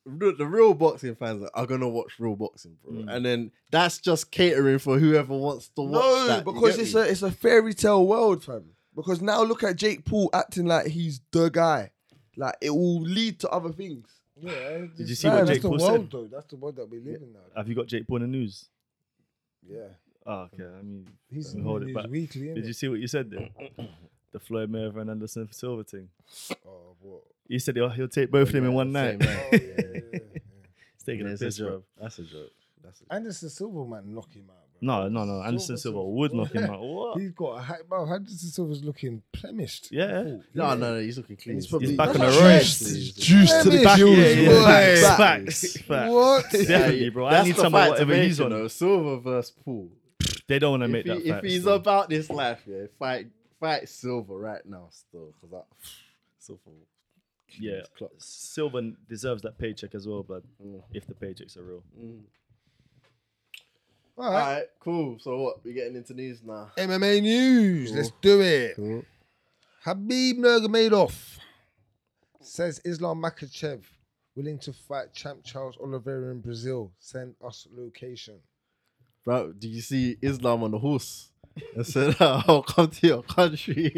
the, the real boxing fans are gonna watch real boxing, bro, and then that's just catering for whoever wants to watch.
Hmm. No,
that, you
because
get
it's
me?
a it's a fairy tale world, fam. Because now look at Jake Paul acting like he's the guy. Like it will lead to other things.
Yeah.
Did you
just-
see what
that's
Jake
the
Paul
world,
said?
though. That's the world that we live in now.
Have you got Jake Paul in the news?
Yeah.
Oh, okay. I mean,
He's
Hold it
he's
back.
weekly,
did you
innit?
see what you said there? The Floyd Mayweather and Anderson Silva thing.
Oh,
[laughs]
what?
He said he'll, he'll take both of them in
Same
one night.
night.
Oh, yeah, yeah, yeah.
He's taking
Yeah,
a
it's a
piss, bro.
joke. That's a joke. That's a joke.
Anderson Silva might knock him out,
No,
bro.
no, no. Anderson Silva would knock him out. What?
He's got a high bro. Henderson Silva's looking Oh, plemished.
Yeah.
Ooh,
No, no, no. He's looking clean.
He's probably-
He's back on the
That's
road.
juice.
Please.
Juice to the
Damn it,
back.
you
of
Yeah,
his
yeah.
boy.
Facts,
Back.
facts, facts.
[laughs] What?
Definitely, bro. I
That's
need
the
some
fight
of
to
whatever
make,
he's
you
on.
know, Silver versus Paul.
They don't want to
If,
make
he,
that
if
fight.
he's
still.
about this life, yeah, fight fight Silver right now, still, because that [sighs] Silver.
yeah,
It's clock.
Silva deserves that paycheck as well, but
Mm.
if the paychecks are real,
All
All
right.
right, cool. So what? We're getting into news now.
MMA news. Let's do it.
Cool.
Habib Nurmagomedov says Islam Makachev willing to fight champ Charles Oliveira in Brazil. Send us location.
Bro, do you see Islam on the horse? I said, [laughs] I'll come to your country.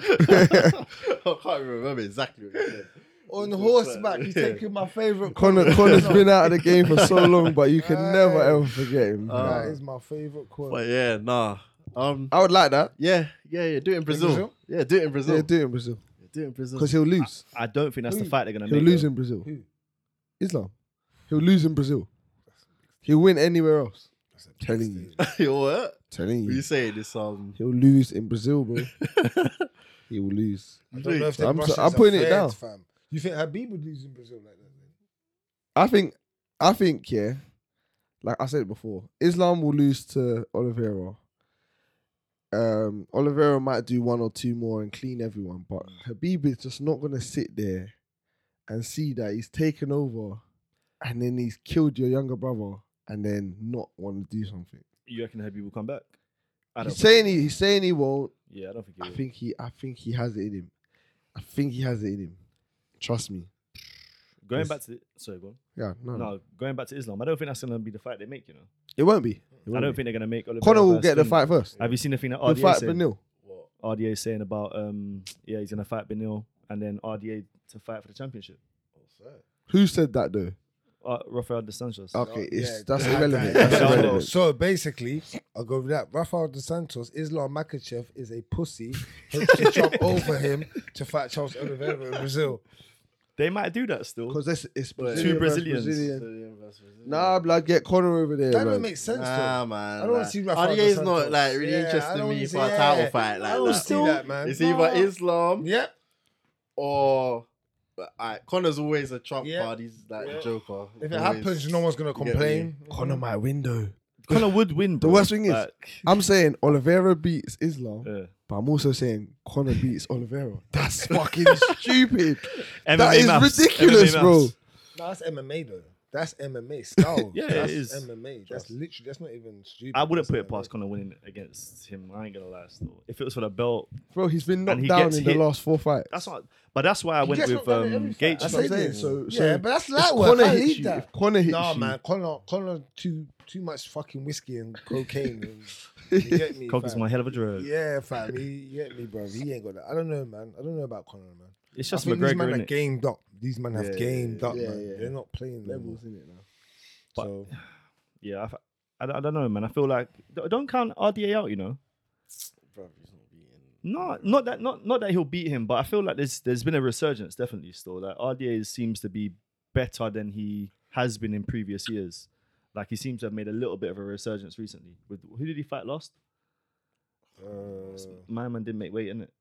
[laughs] I can't even remember exactly what he said.
On
Who's
horseback.
that?
He's taking
[laughs]
my favorite.
Connor, Connor's been out of the game for so long, but you can never
Hey.
ever forget him.
Uh,
that is my favorite quote.
But yeah, nah. Um,
I would like that.
yeah, yeah, yeah. Do it in Brazil.
Brazil?
Yeah, do it in Brazil.
Yeah, do it in Brazil
do it in Brazil. [laughs]
because he'll lose.
I don't think that's the
Who-
fight they're gonna
He'll
make.
lose
though.
in Brazil.
Who?
Islam. He'll lose in Brazil. He'll win anywhere else. Telling you,
Yo, what?
telling
What are you
you,
saying? This um.
he'll lose in Brazil, bro. he will lose.
I don't know if
I'm
I'm,
so- I'm putting it down.
Fam. You think Habib would lose in Brazil like that? Then?
I think, I think, yeah, like I said before, Islam will lose to Oliveira. Um, Oliveira might do one or two more and clean everyone, but
Mm.
Habib is just not gonna sit there and see that he's taken over, and then he's killed your younger brother, and then not want to do something.
You reckon Habib will come back? I
He's
don't.
saying he, he's saying he won't.
yeah, I don't think he
I
will.
think he, I think he has it in him. I think he has it in him. Trust me.
going
Yes.
back to sorry, go on.
Yeah, no,
No, going back to Islam, I don't think that's gonna be the fight they make. You know,
it won't be. It won't
I don't
be.
think they're gonna make. Oliveira
Connor will
versus
get the
Finn.
fight first.
Have you seen the thing that
He'll
RDA
fight
saying?
Benil.
What?
RDA saying about um yeah he's gonna fight Benil and then RDA to fight for the championship.
What's that?
Who said that though?
Uh, Rafael dos Santos.
Okay,
Oh, yeah,
it's, that's
that
irrelevant.
guy.
That's
No,
irrelevant.
So basically, I'll go with that. Rafael dos Santos, Islam Makachev is a pussy to
[laughs]
jump over him to fight Charles Oliveira in Brazil.
They might do that still.
Because it's, it's
Two
versus
Brazilians.
Brazilian.
Brazilian versus Brazilian.
Nah, blood, get Connor over there.
That
man.
don't make sense
Nah,
though.
man.
I don't
like,
see Rafael
RDA 's
dos
not like
Santos.
really
Yeah, I
interested
don't
in me
wanna
for a
see-
title
yeah.
fight
I
like
don't see
that.
that, man.
It's either Islam
Yep.
or. But, alright, Connor's always a trump
Yeah.
card. He's like
Yeah.
a joker.
If it
Always.
happens, no one's gonna
get me?
complain.
Connor my window.
Connor would win.
[laughs] The
bro.
worst thing is-
Like,
I'm saying Oliveira beats Islam,
yeah.
but I'm also saying Connor beats Oliveira. [laughs] That's fucking stupid.
MMA
is
maths,
ridiculous,
MMA
bro.
maths.
No, that's MMA though. That's MMA style.
[laughs] Yeah, it
that's
is.
MMA. That's literally. That's not even stupid.
I wouldn't
That's
put it
MMA.
past Connor winning against him. I ain't gonna lie. Still, if it was for the belt,
Bro, he's been knocked
he
down
gets
in
hit.
the last four fights.
that's not. But that's why I
He
went
gets knocked
with
down in every
um,
fight.
Gage.
That's
That's
what I'm
it,
saying.
dude.
So, so
Yeah, but that's
if
light work.
Connor
I
hits
need
you,
that.
if Connor hits
Nah,
you, [laughs]
man, Connor, Connor, too, too much fucking whiskey and cocaine. and- you get me?
Coke is
fam.
one hell of a drug.
Yeah, fam. He, you get me, bro. He ain't got that. I don't know, man. I don't know about Connor, man.
It's just
I think these
McGregor
men
in
are
it.
gamed up. These men have
Yeah,
gamed
yeah,
up,
yeah,
man.
yeah.
They're not playing levels.
[sighs] levels in it now.
So
Yeah, I, f- I, don't- I don't know, man. I feel like d- don't count RDA out. You know,
Bruv, he's not beating-
no, not that, not not that he'll beat him, but I feel like there's there's been a resurgence definitely still. Like RDA seems to be better than he has been in previous years. Like he seems to have made a little bit of a resurgence recently. With who did he fight last?
uh,
My man didn't make weight in it.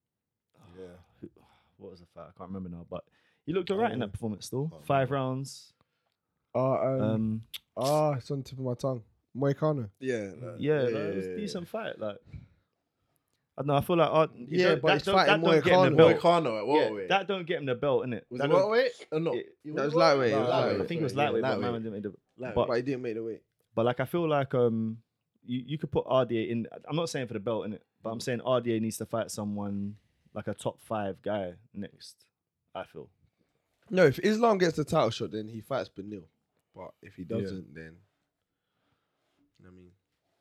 yeah.
What was the fight? I can't remember now, but he looked alright in that performance still. Five rounds.
Ah, um,
Um,
ah, it's on the tip of my tongue. Moicano.
Yeah, like,
yeah, like, it was a decent fight. Like, I don't know. I feel like uh, you
Yeah,
don't-
but
that
he's
don't-
fighting
that don't get him the
Moicano.
belt.
Boy Connor at
Yeah,
what weight?
that don't get him the belt, innit?
was
That
it
don't-
what weight? Or not?
it-
It
that was lightweight, it was
Lightweight,
lightweight,
I think it was
sorry, yeah,
lightweight, but my man
lightweight.
didn't make the-
Lightweight.
But,
he didn't make the weight.
but like I feel like um you, you could put RDA in. I'm not saying for the belt in it, but I'm saying RDA needs to fight someone like a top five guy next. I feel.
No, if Islam gets the title shot, then he fights Benil. But if he doesn't, then I mean,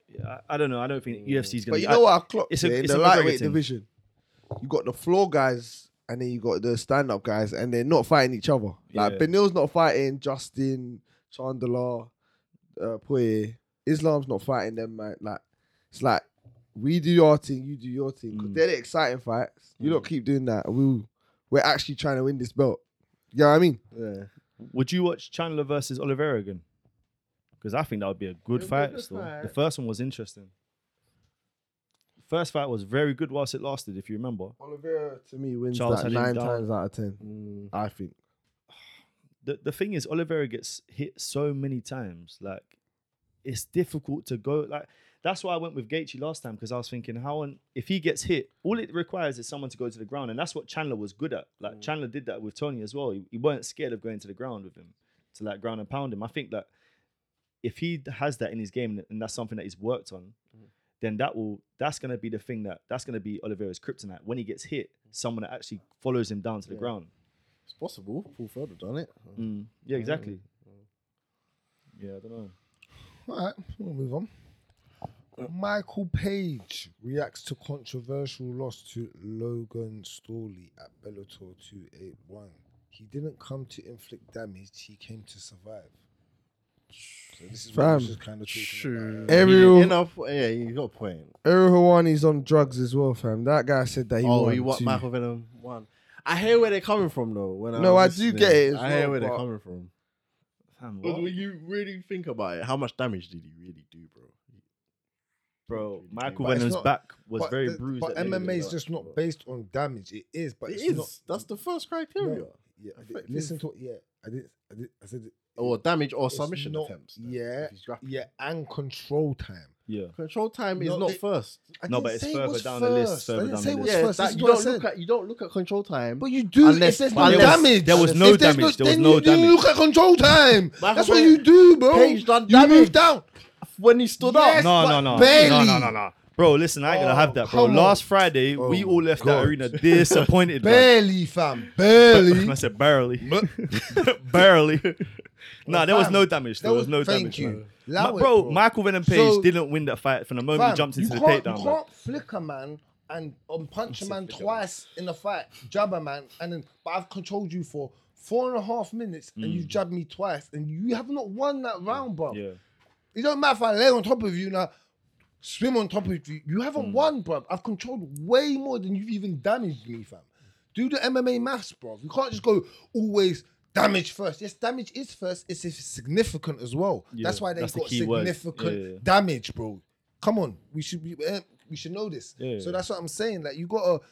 Yeah, I, I don't know. I don't think UFC's gonna.
but you
I-
know what? I clocked
it's
it's
a-
in
it's
the
a McGregor
lightweight
thing.
division. You got the floor guys, and then you got the stand-up guys, and they're not fighting each other. Like
Yeah.
Benil's not fighting Justin Chandler, uh, Poirier. Islam's not fighting them, man. Like it's like we do your thing, you do your thing, because
Mm.
they're the exciting fights. You don't keep doing that. We we're actually trying to win this belt. You know what I mean?
Yeah.
Would you watch Chandler versus Oliveira again? Because I think that would be a
It'd
good
be a
fight.
good
still, the
fight.
first one was interesting. First fight was very good whilst it lasted, if you remember.
Oliveira to me wins
Charles
that
had him
nine
down.
times out of ten.
Mm.
I think.
the, the thing is Oliveira gets hit so many times like it's difficult to go like that's why I went with Gaethje last time because I was thinking how on if he gets hit all it requires is someone to go to the ground and that's what Chandler was good at like Chandler did that with Tony as well he, he weren't scared of going to the ground with him to like ground and pound him I think that if he has that in his game and that's something that he's worked on then that will that's going to be the thing that that's going to be Oliveira's kryptonite when he gets hit someone that actually follows him down to the
Yeah.
ground
It's possible. Paul Ford have done it.
Mm. Yeah, exactly. Yeah, I don't know.
All right, we'll move on. Uh, Michael Page reacts to controversial loss to Logan Storley at Bellator 281. He didn't come to inflict damage, he came to survive. So this is what I was
Fam.
just kind of talking
Sure.
about.
Ariel-
yeah, you got a point.
Errol Hawani's on drugs as well, fam. That guy said that he
oh,
won
you want
too.
Michael Venom one? I hear where they're coming from though. When
No,
was
I do
listening.
get it as
I hear
well,
where they're
but-
coming from.
Fam,
But
what?
when you really think about it, how much damage did he really do, bro?
Bro, Michael
But it's
Venom's
not-
back was
But
very
the-
bruised.
But
at the end of
MMA
it,
is
like,
just not based on damage. It is, but
It
it's
is.
not.
That's the first criteria.
No. Yeah, I did-
Effective.
listen to yeah. I did. I did. I said it-
or damage or
It's
submission
not-
attempts. then,
yeah,
if he's grappling.
yeah, and control time.
Yeah.
Control time is
No,
not
it-
first.
I
No,
didn't
but it's
say it
further
was
down the list,
first.
further
I didn't
down
say
the
it was
list.
Yeah,
first.
that-
This is
you
what I
don't look
said.
at you don't look at control time.
But you do
Unless-
if there's
but
no
there was-
damage.
there was no
If there's
damage, there was
then
no
you- then You
damage.
look at control time.
Michael
That's what
Page-
you do, bro.
Page done
you
damage.
move down.
when he stood
Yes,
up,
No,
but
no, no,
barely.
no, no, no, no. Bro, listen, I ain't gonna have that, bro.
Oh, come on. Oh
Last Friday, we all left that arena disappointed. bro.
Barely, fam. Barely.
[laughs] I said
[laughs]
barely, barely. nah, there was
fam,
no damage. There
that
was no
thank
damage.
you.
man.
Allow
Ma-
it,
bro,
bro.
Michael Venom Page
So-
didn't win that fight from the moment he
Fam,
jumped
you
into the
can't-
takedown.
You
bro.
can't flick a man and um, punch a man twice in a fight, jab a man, and then but I've controlled you for four and a half minutes, and you jabbed me twice, and you have not won that round, bro.
Mm. Yeah,
It don't matter if I lay on top of you now, swim on top of you. You haven't
Mm.
won, bro. I've controlled way more than you've even damaged me, fam. Do the MMA maths, bro. You can't just go always damage first. Yes, damage is first. It's if it's significant as well.
Yeah,
that's why they
that's the
got
key word.
significant
Yeah, yeah.
damage, bro. Come on, we should be eh, we should know this.
Yeah,
so
yeah.
that's what I'm saying. Like you gotta,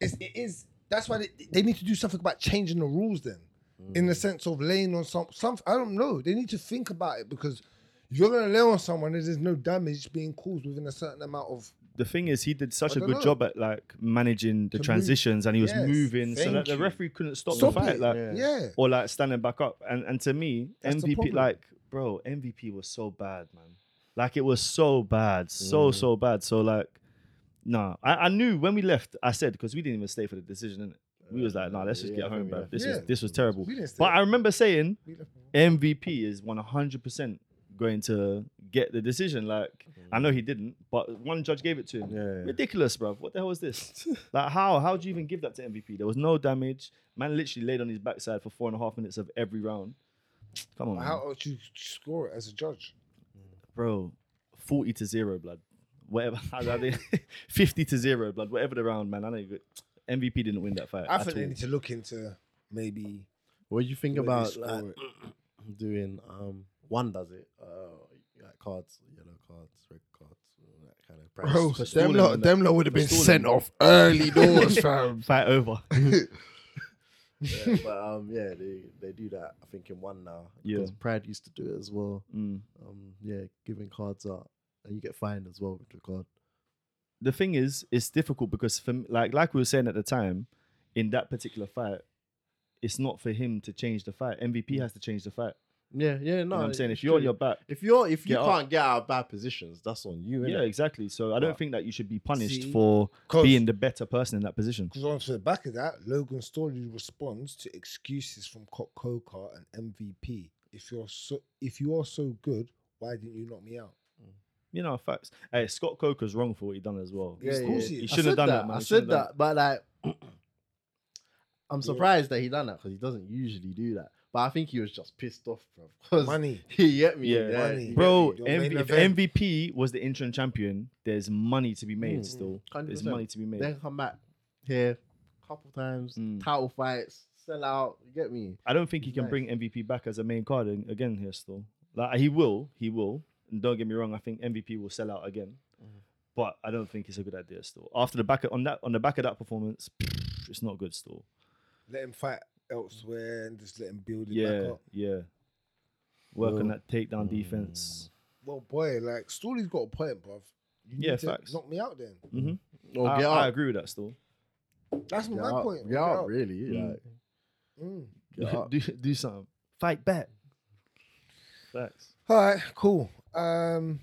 it's, it is. That's why they, they need to do something about changing the rules then,
Mm.
in the sense of laying on some some. I don't know. They need to think about it because you're gonna lay on someone and there's no damage being caused within a certain amount of.
the thing is, he did such
I
a
don't
good
know.
job at like managing the
move.
transitions, and he was
Yes,
moving so
thank
that the
you.
referee couldn't stop,
Stop
the fight.
it.
Like,
Yeah.
or like standing back up. And and to me,
That's the
MVP
problem.
like bro, MVP was so bad, man. Like it was so bad,
Mm.
so so bad. So like, nah. I, I knew when we left. I said because we didn't even stay for the decision. Innit? We was like, nah, let's just
Yeah,
get
I
home,
think we
bro.
left.
This
Yeah.
is this was terrible.
We didn't stay.
But I remember saying
We left-
MVP is one hundred percent going to get the decision. Like I know he didn't, but one judge gave it to him.
Yeah, yeah.
Ridiculous, bro. What the hell
[laughs]
was this? like how how do you even give that to MVP? There was no damage. Man literally laid on his backside for four and a half minutes of every round. Come on,
But
man.
how else you score it as a judge?
bro. Forty to zero, blood. Whatever. [laughs] I think- Fifty to zero, blood. Whatever the round, man. I know MVP didn't win that fight.
I
at
think they
all. [laughs]
need to look into maybe.
What do you think
the way they
about
score
like,
it.
doing? Um, one does it. Uh, like cards, yellow cards, red cards, all that kind of.
[laughs] Bro,
practice.
them
stalling
lot,
and
them lot would have been
stalling.
sent off early
[laughs]
doors, fam.
fight over. [laughs]
Yeah, but um, yeah, they they do that. I think in one now.
Yeah.
because Pride used to do it as well.
Mm.
Um, yeah, giving cards out, and you get fined as well with the card.
the thing is, it's difficult because for m- like like we were saying at the time, in that particular fight, it's not for him to change the fight. MVP has to change the fight.
Yeah, yeah,
You
no.
know what I'm saying
it's
if you're on
true.
your back,
if you're if you
Get up.
can't get out of bad positions, that's on you.
yeah,
Innit?
exactly. So I don't think that you should be punished
See?
for
'Cause-
being the better person in that position.
Because on to the back of that, Logan Storley responds to excuses from Cock Coker and MVP. If you're so if you are so good, why didn't you knock me out?
You know, facts. Hey, Scott Coker's wrong for what he done as well.
Yeah, Of course he
He
is.
I
shouldn't
said
have done that, man.
I
He shouldn't
said
have done
that, but like, [clears throat] I'm surprised that he done that because he doesn't usually do that. But I think he was just pissed off, bro. 'cause
Money.
[laughs] He get me,
Yeah.
yeah,
Money.
he
Bro,
get me.
Your main
MV- if
event.
MVP was the interim champion, there's money to be made
Mm,
still.
mm,
There's
100%.
money to be made.
then come back here couple times,
Mm.
title fights, sell out. You get me?
I don't think he
He's
can
nice.
bring MVP back as a main card in- again here still. Like he will, he will. And don't get me wrong, I think MVP will sell out again.
Mm-hmm.
But I don't think it's a good idea still. After the back on that on the back of that performance, [sniffs] it's not good still.
Let him fight elsewhere and just let him build it
Yeah,
back up. mm.
yeah. Work on that takedown defense.
Well, boy, like Storley's got a point, bruv. You
Yeah,
need to
facts.
knock me out then.
hmm
Oh,
Or
I,
Oh, get
I
out.
agree with that still.
That's
Get
my
out,
point.
get out, really.
Mm.
like,
Mm.
get out.
[laughs] do, do something. Fight back. Facts.
All right, cool. Um,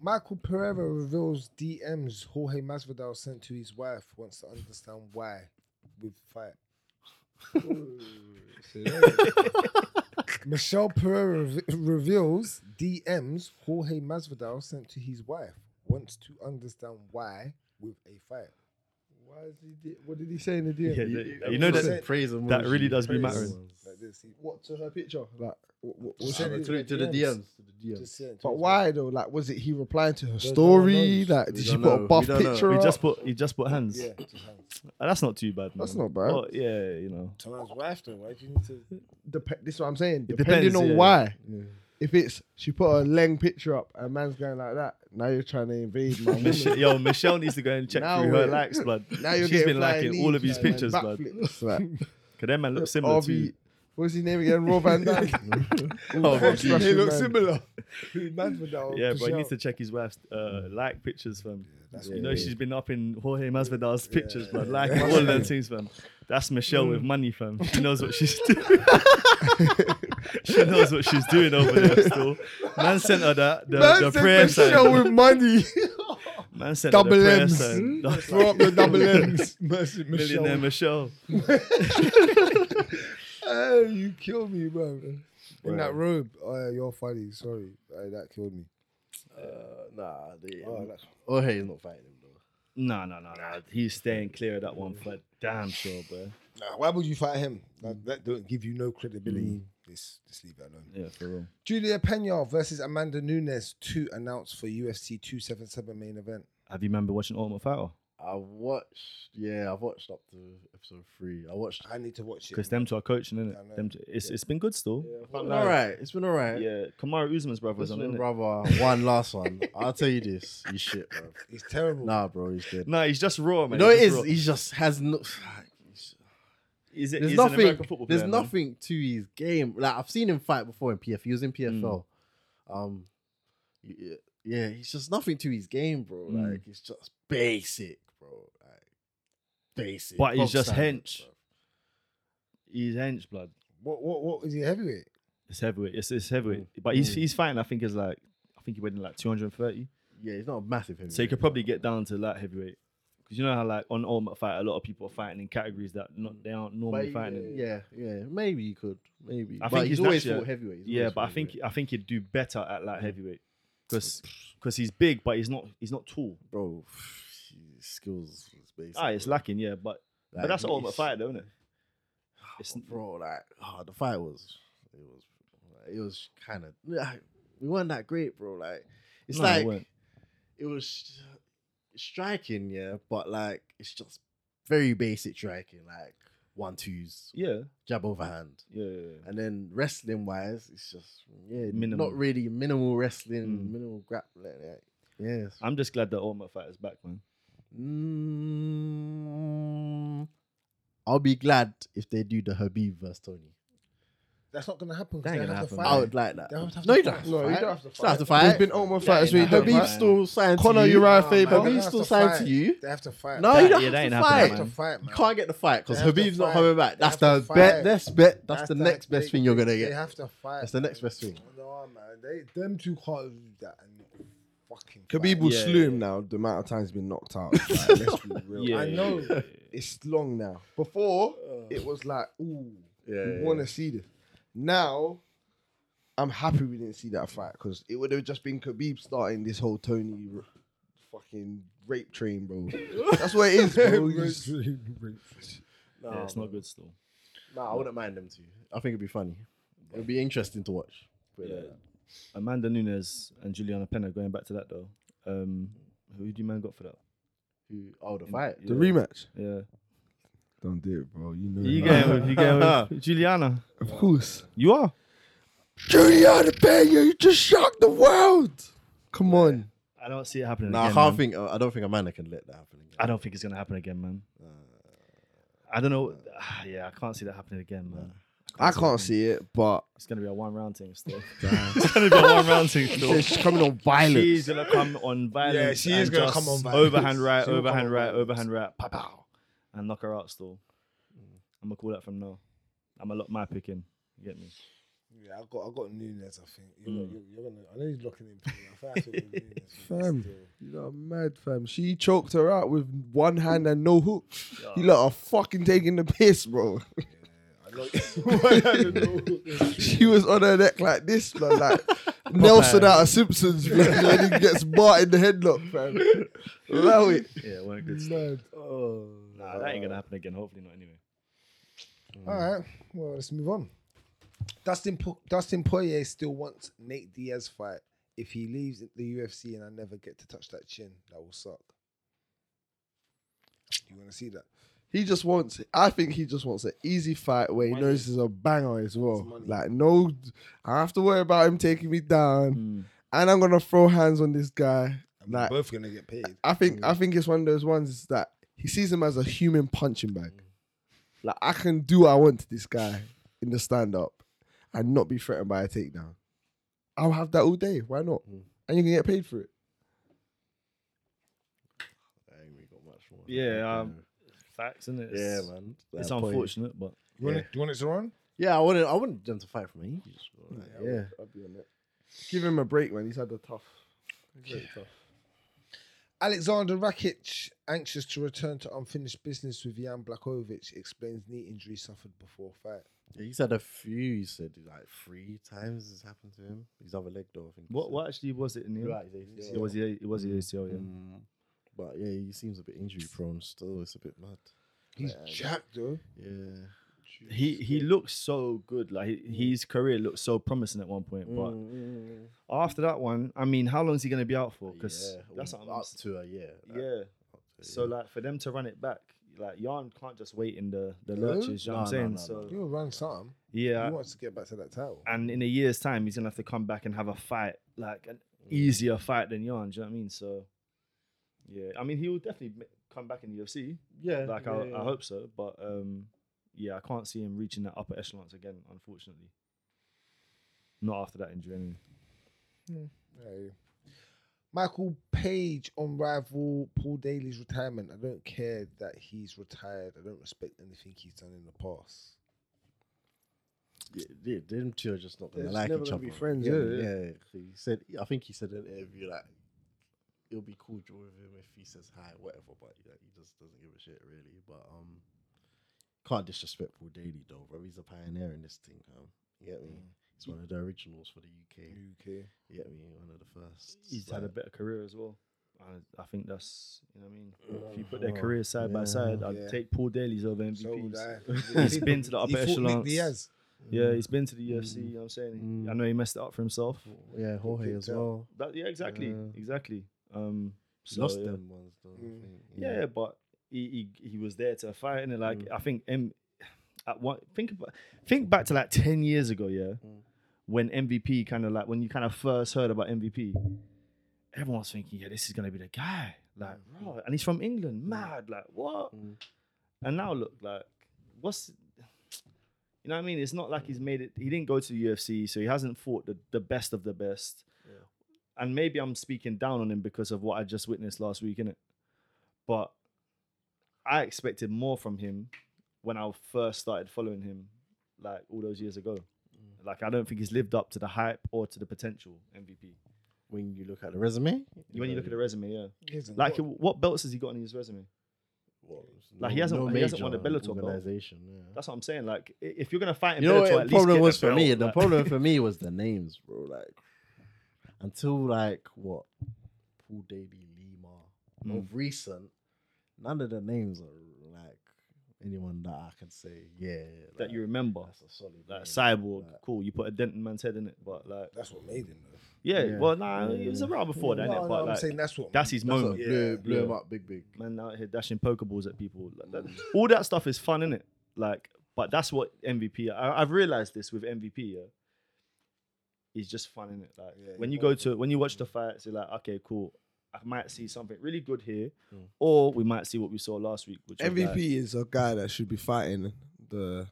Michael Pereira reveals DMs Jorge Masvidal sent to his wife wants to understand why with fight. [laughs] Michelle Pereira re- reveals DMs Jorge Masvidal sent to his wife wants to understand why with a fight. Why is he? di- What did he say in the DM?
Yeah,
He-
you-
he
you know
was
that-
sent
praise and
that
worship.
really does be
Praise
mattering.
and worship.
like this. He- What to her picture? Like what? what,
Well,
what sent it
to, the- to the DMs. To the DMs.
Just sent to
But
his wife. [laughs]
why though? Like, was it he replying to her
no one
story?
knows.
Like,
We
did she
don't
put
know.
a buff
We don't know.
picture
He
up?
just put he just put hands. Uh,
Yeah, just hands.
That's not too bad, man.
That's not bad.
Well, yeah,
[laughs]
you know.
to man's wife though. Why do you need to?
Dep- this is what I'm saying.
It
Depending
depends,
on
yeah.
why. If it's she put a Leng picture up and man's going like that, now you're trying to invade my woman.
Mich- yo, Michelle needs to go and check
Now
through her
we're- [laughs]
likes, blood.
now you're
She's
getting
been liking
flying
all of
leaves,
his
like,
pictures,
man, [laughs]
blood.
backflips, like.
Cause them man look similar
RV.
too.
What was his name again? Rob
[laughs]
Van Dyke.
RV.
He
man.
looks similar. Masvidal.
Yeah, but he
Pacquiao.
needs to check his wife's uh, like pictures, fam.
that's
you
what
know
it
she's been up in Jorge Masvidal's pictures, but like all of them things, fam. That's Michelle with money, fam. She knows what she's doing. [laughs] she knows what she's doing over there still. Man sent her that the,
Man
the
said
prayer
Michelle
sign.
with money.
Man sent her
Double
the prayer
M's.
sign.
Throw up
[laughs]
the double M's. Mercy,
Millionaire Michelle.
Oh, you killed me, bro. In that robe, uh, you're funny. Sorry, uh, that killed me.
Uh, nah, they,
Oh, that's-
Jorge is not fighting him though.
No, no, no, no. He's staying clear of that one for damn sure, bro.
Nah, why would you fight him? That, that don't give you no credibility. Just, just leave it alone.
Yeah, for real.
Mm. Julia Pena versus Amanda Nunes, two announced for UFC 277 main event.
Have you remember watching Ultimate Fighter?
I watched, yeah, I've watched up to episode three. I watched.
I need to watch it.
Because them two are coaching, isn't
I know.
it? Them two, it's it's been good still.
It's been all right. It's been all right.
Yeah, Kamara Usman's brother
This
was on
one,
it.
brother, one last one. I'll tell you this, you shit, bro.
It's terrible.
Nah, bro, he's dead.
No, he's just raw,
You
man.
know it
He's
is.
just
He just has no. [sighs]
raw. He's, a-
There's
he's an
nothing.
American football
There's
player, man.
nothing to his game. Like I've seen him fight before in PF. He was in PFL.
Hmm.
Um, yeah, yeah, he's just nothing to his game, bro.
Mm.
Like it's just basic, bro. Like basic.
But he's
bog
just
standard,
hench.
bro.
He's hench blood.
What, what, what is he heavyweight?
It's heavyweight. It's, it's heavyweight.
Mm.
But he's he's fighting. I think is like I think he weighed in like 230.
Yeah, he's not a massive.
So you
heavyweight,
could probably get down to light heavyweight. Because you know how like on Ultimate Fight, a lot of people are fighting in categories that not they aren't
but
normally
he-
fighting. in.
yeah, yeah, maybe he could, maybe.
I
but
think
he's,
he's
always
naturally-
fought heavyweight. He's
Yeah,
always
but I
fought
think
heavyweight. Mm.
I think he'd do better at light heavyweight because he's big, but he's not he's not tall.
bro, [sighs] his skills is basic.
Ah, it's
bro.
lacking, yeah, but but
Like,
that's
he-
all about
he's-
fight, though, isn't it? It's-
bro, like oh, the fight was, it was, it was kind of we weren't that great, bro. Like it's
No, it
like
weren't.
it was striking, yeah, but like it's just very basic striking, like one twos,
Yeah,
jab overhand,
yeah, yeah, yeah.
and then wrestling wise, it's just yeah,
Minimal.
not really minimal wrestling,
Mm. Ah.
minimal grappling. Like, yes,
I'm just glad that Ultimate Fighter's back, man.
Mm, I'll be glad if they do the Habib versus Tony.
That's not going to happen. 'cause
That ain't
they
gonna
have to
happen.
I
fight.
would like that.
They don't have
No,
to
you don't
fight.
have to
No,
fight.
you don't
don't
have to
have to
fight.
fight.
There's been almost
Yeah,
fights where you
yeah,
don't
Habib
Habib
fight.
fight.
still signed to
Conor
you.
Uriah
man,
Faber.
they
Habib
have
still
to
signed to
fight.
you.
They have to fight.
Oh, No, you
They
That-
don't
yeah,
have
that ain't
to
happening,
have
fight.
to
man.
fight,
You
man.
can't get the fight because
They have to
Habib's not
fight.
coming back.
They
That's
have
the
to
bet.
fight.
That's bet. That's the
the-
next best thing you're gonna
They
get.
have to fight.
That's the next best thing.
No, man. They, them two can't do that and not fucking
Khabib
fight.
will
Yeah,
slew
yeah,
him now. The amount of times he's been knocked
[laughs]
out. Like, let's be real.
Yeah,
I
yeah,
know
[laughs] yeah, yeah,
it's long now. Before it was like, ooh, we want to see this. Now I'm happy we didn't see that fight because it would have just been Khabib starting this whole Tony r- fucking rape train,
[laughs]
bro. That's what it is, bro. You just-
No,
Yeah, it's not good still.
no, I wouldn't mind them too. I think it'd be funny. It'd be interesting to watch. Put it like
Yeah.
that.
Amanda Nunes and Juliana Penna. Going back to that though, um, who do you man got for that?
Who- Oh, the fight.
Yeah.
the rematch.
Yeah,
Don't do it, bro. You know.
you
that.
going with you going with Juliana?
Of course.
You are.
Juliana Pena, you just shocked the world. Come on.
I don't see it happening.
No, I
again,
can't
man.
think. I don't think Amanda can let that happen. Again.
I don't think it's gonna happen again, man. I don't know. Ah, yeah, I can't see that happening again, man.
I can't see it, but
It's gonna be a one round thing still. [laughs] it's gonna be a one
[laughs]
round thing still.
she's coming on violence.
She's gonna come on violence.
Yeah, she is
and
gonna
just
come on violence.
Overhand right,
She will come
overhand
on
right,
violence.
overhand right, pow pow, and knock her out. Still, I'm gonna call that from now. I'm gonna lock my pick in. You get me?
Yeah, I got I got Nunes. I think you're,
Mm.
gonna- you're, you're gonna. I know he's looking in. pain. I think I
[laughs]
should go Nunes for this
Fam.
still.
You lot are mad, fam. She choked her out with one hand and no hook. You lot are fucking taking the piss, bro. [laughs]
I know. [laughs]
She was on her neck like this, man, like Nelson out of Simpsons fam, when he gets Bart in the headlock, fam. Allow it.
Yeah, weren't
[laughs]
good. stuff.
Mad.
Nah, that ain't gonna happen again. Hopefully not. Anyway.
All right. Well, let's move on. Dustin po- Dustin Poirier still wants Nate Diaz fight. If he leaves the UFC and I never get to touch that chin, that will suck. You want to see that?
He just wants. I think he just wants an easy fight where he knows is a banger as well.
money.
Like no, I have to worry about him taking me down,
Hmm.
Hmm.
and I'm gonna throw hands on this guy.
And
Like
we're both gonna get paid.
Mm.
I think I think it's one of those ones that he sees him as a human punching bag.
Like I can do what I want to this guy in the stand up and not be threatened by a takedown. I'll have that all day. Why not? And you can get paid for it.
I ain't really got much more.
Yeah, um, facts, isn't it?
yeah, man.
It's
That point.
unfortunate, but
You want it? You want it to run?
Yeah, I wouldn't. I wouldn't them to fight for me. yeah,
Yeah, I'll be on it. Give him a break, man. He's had a tough. He's had a tough.
Alexander Rakic, anxious to return to unfinished business with Jan Blakovic, explains knee injury suffered before fight.
Yeah, he's had a few. He said like three times this happened to him. His other leg, though. I think. he
what
said.
what actually was it in the end?
Right, they-
It was the it was the ACL, yeah.
Mm, but yeah, he seems a bit injury prone still. It's a bit mad.
He's
Yeah.
jacked though.
Yeah.
He he looks so good. Like he, his career looked so promising at one point, but
Mm,
after that one, I mean, how long is he going to be out for? Because
yeah,
that's
um,
what I'm
up to a year. like,
Yeah.
up to a
So
year.
like for them to run it back, like Jan can't just wait in the the
No?
lurches. You know what I'm
No, no,
saying?
no,
so
He'll run some.
yeah,
He wants to get back to that title.
and in a year's time, he's gonna have to come back and have a fight, like an easier fight than Jan. Do you know what I mean? So yeah, I mean he will definitely ma- come back in the UFC.
yeah,
Like
yeah,
I,
yeah.
I hope so, but um, yeah, I can't see him reaching that upper echelons again, unfortunately. Not after that injury. Anyway.
Hey. Michael Page on Rival Paul Daly's retirement. I don't care that he's retired. I don't respect anything he's done in the past.
Yeah, they- them two are just not gonna
They're just
like
never
each
gonna
other.
be friends,
yeah,
yeah,
yeah. He said, I think he said in an interview like, it'll be cool drawing with him if he says hi, whatever. But like, he just doesn't give a shit really. But um, can't disrespect Paul Daly though, bro. He's a pioneer in this thing. Um, you get me?
Mm.
He's one of the originals for the
Mm.
UK.
UK.
You get me? One of the first.
he's had a
Like,
better career as well. I, I think that's you know what I mean. If you put their careers side by side, I'd
Oh, Yeah.
take Paul Daly's over
So would
MVPs. [laughs]
I.
He's been to the upper
[laughs] he fought Nick
echelons.
Diaz. Mm.
yeah, he's been to the UFC. You know what I'm saying. I know he messed it up for himself.
yeah, Jorge as
out.
well.
But yeah, exactly,
Yeah.
exactly. Um, so,
Lost
yeah.
them ones though. I think,
Yeah, but he, he he was there to fight, and like I think M, at one think about think back to like ten years ago, yeah, when MVP kind of like when you kind of first heard about MVP, everyone's thinking, yeah, this is gonna be the guy, like, bro, and he's from England, mad, like, what? And now look, like, what's you know what I mean? It's not like he's made it. He didn't go to the UFC, so he hasn't fought the, the best of the best. And maybe I'm speaking down on him because of what I just witnessed last week, innit? But I expected more from him when I first started following him, like all those years ago.
Mm.
Like I don't think he's lived up to the hype or to the potential MVP.
When you look at the resume,
When you look at the resume, yeah.
He hasn't
Like
got-
what belts has he got on his resume?
well,
Like, he hasn't- he hasn't won a
major
Bellator belt.
organization. Yeah.
That's what I'm saying. Like i- if you're gonna fight in
you know
Bellator,
what
at
the
least
problem
get
was
the
for me?
belt,
The
like-
problem for me was the names, bro. Like until like what Paul Daly Lima
Mm.
of recent, none of the names are like anyone that I can say. Yeah,
[laughs] that
like,
you remember.
That's a solid.
Like
name.
cyborg,
Like,
cool. You put a dent in man's head in it, but like,
That's what made him though.
yeah.
Yeah.
Well, nah,
Yeah,
it was
yeah.
around before that,
No,
innit?
no,
but
I'm
like,
saying that's what
that's his
that's what
moment.
blew,
Yeah,
blew him
yeah.
up big, big.
man out here dashing pokeballs at people. Like, that- all that stuff is fun, innit? Like, but that's what MVP. I, I've realized this with MVP. Yeah, it's just fun, innit? Like
Yeah,
when
you
you go
love
to when you watch the fights, you're like, okay, cool. I might see something really good here,
Mm.
or we might see what we saw last week. Which was like-
MVP is a guy that should be fighting the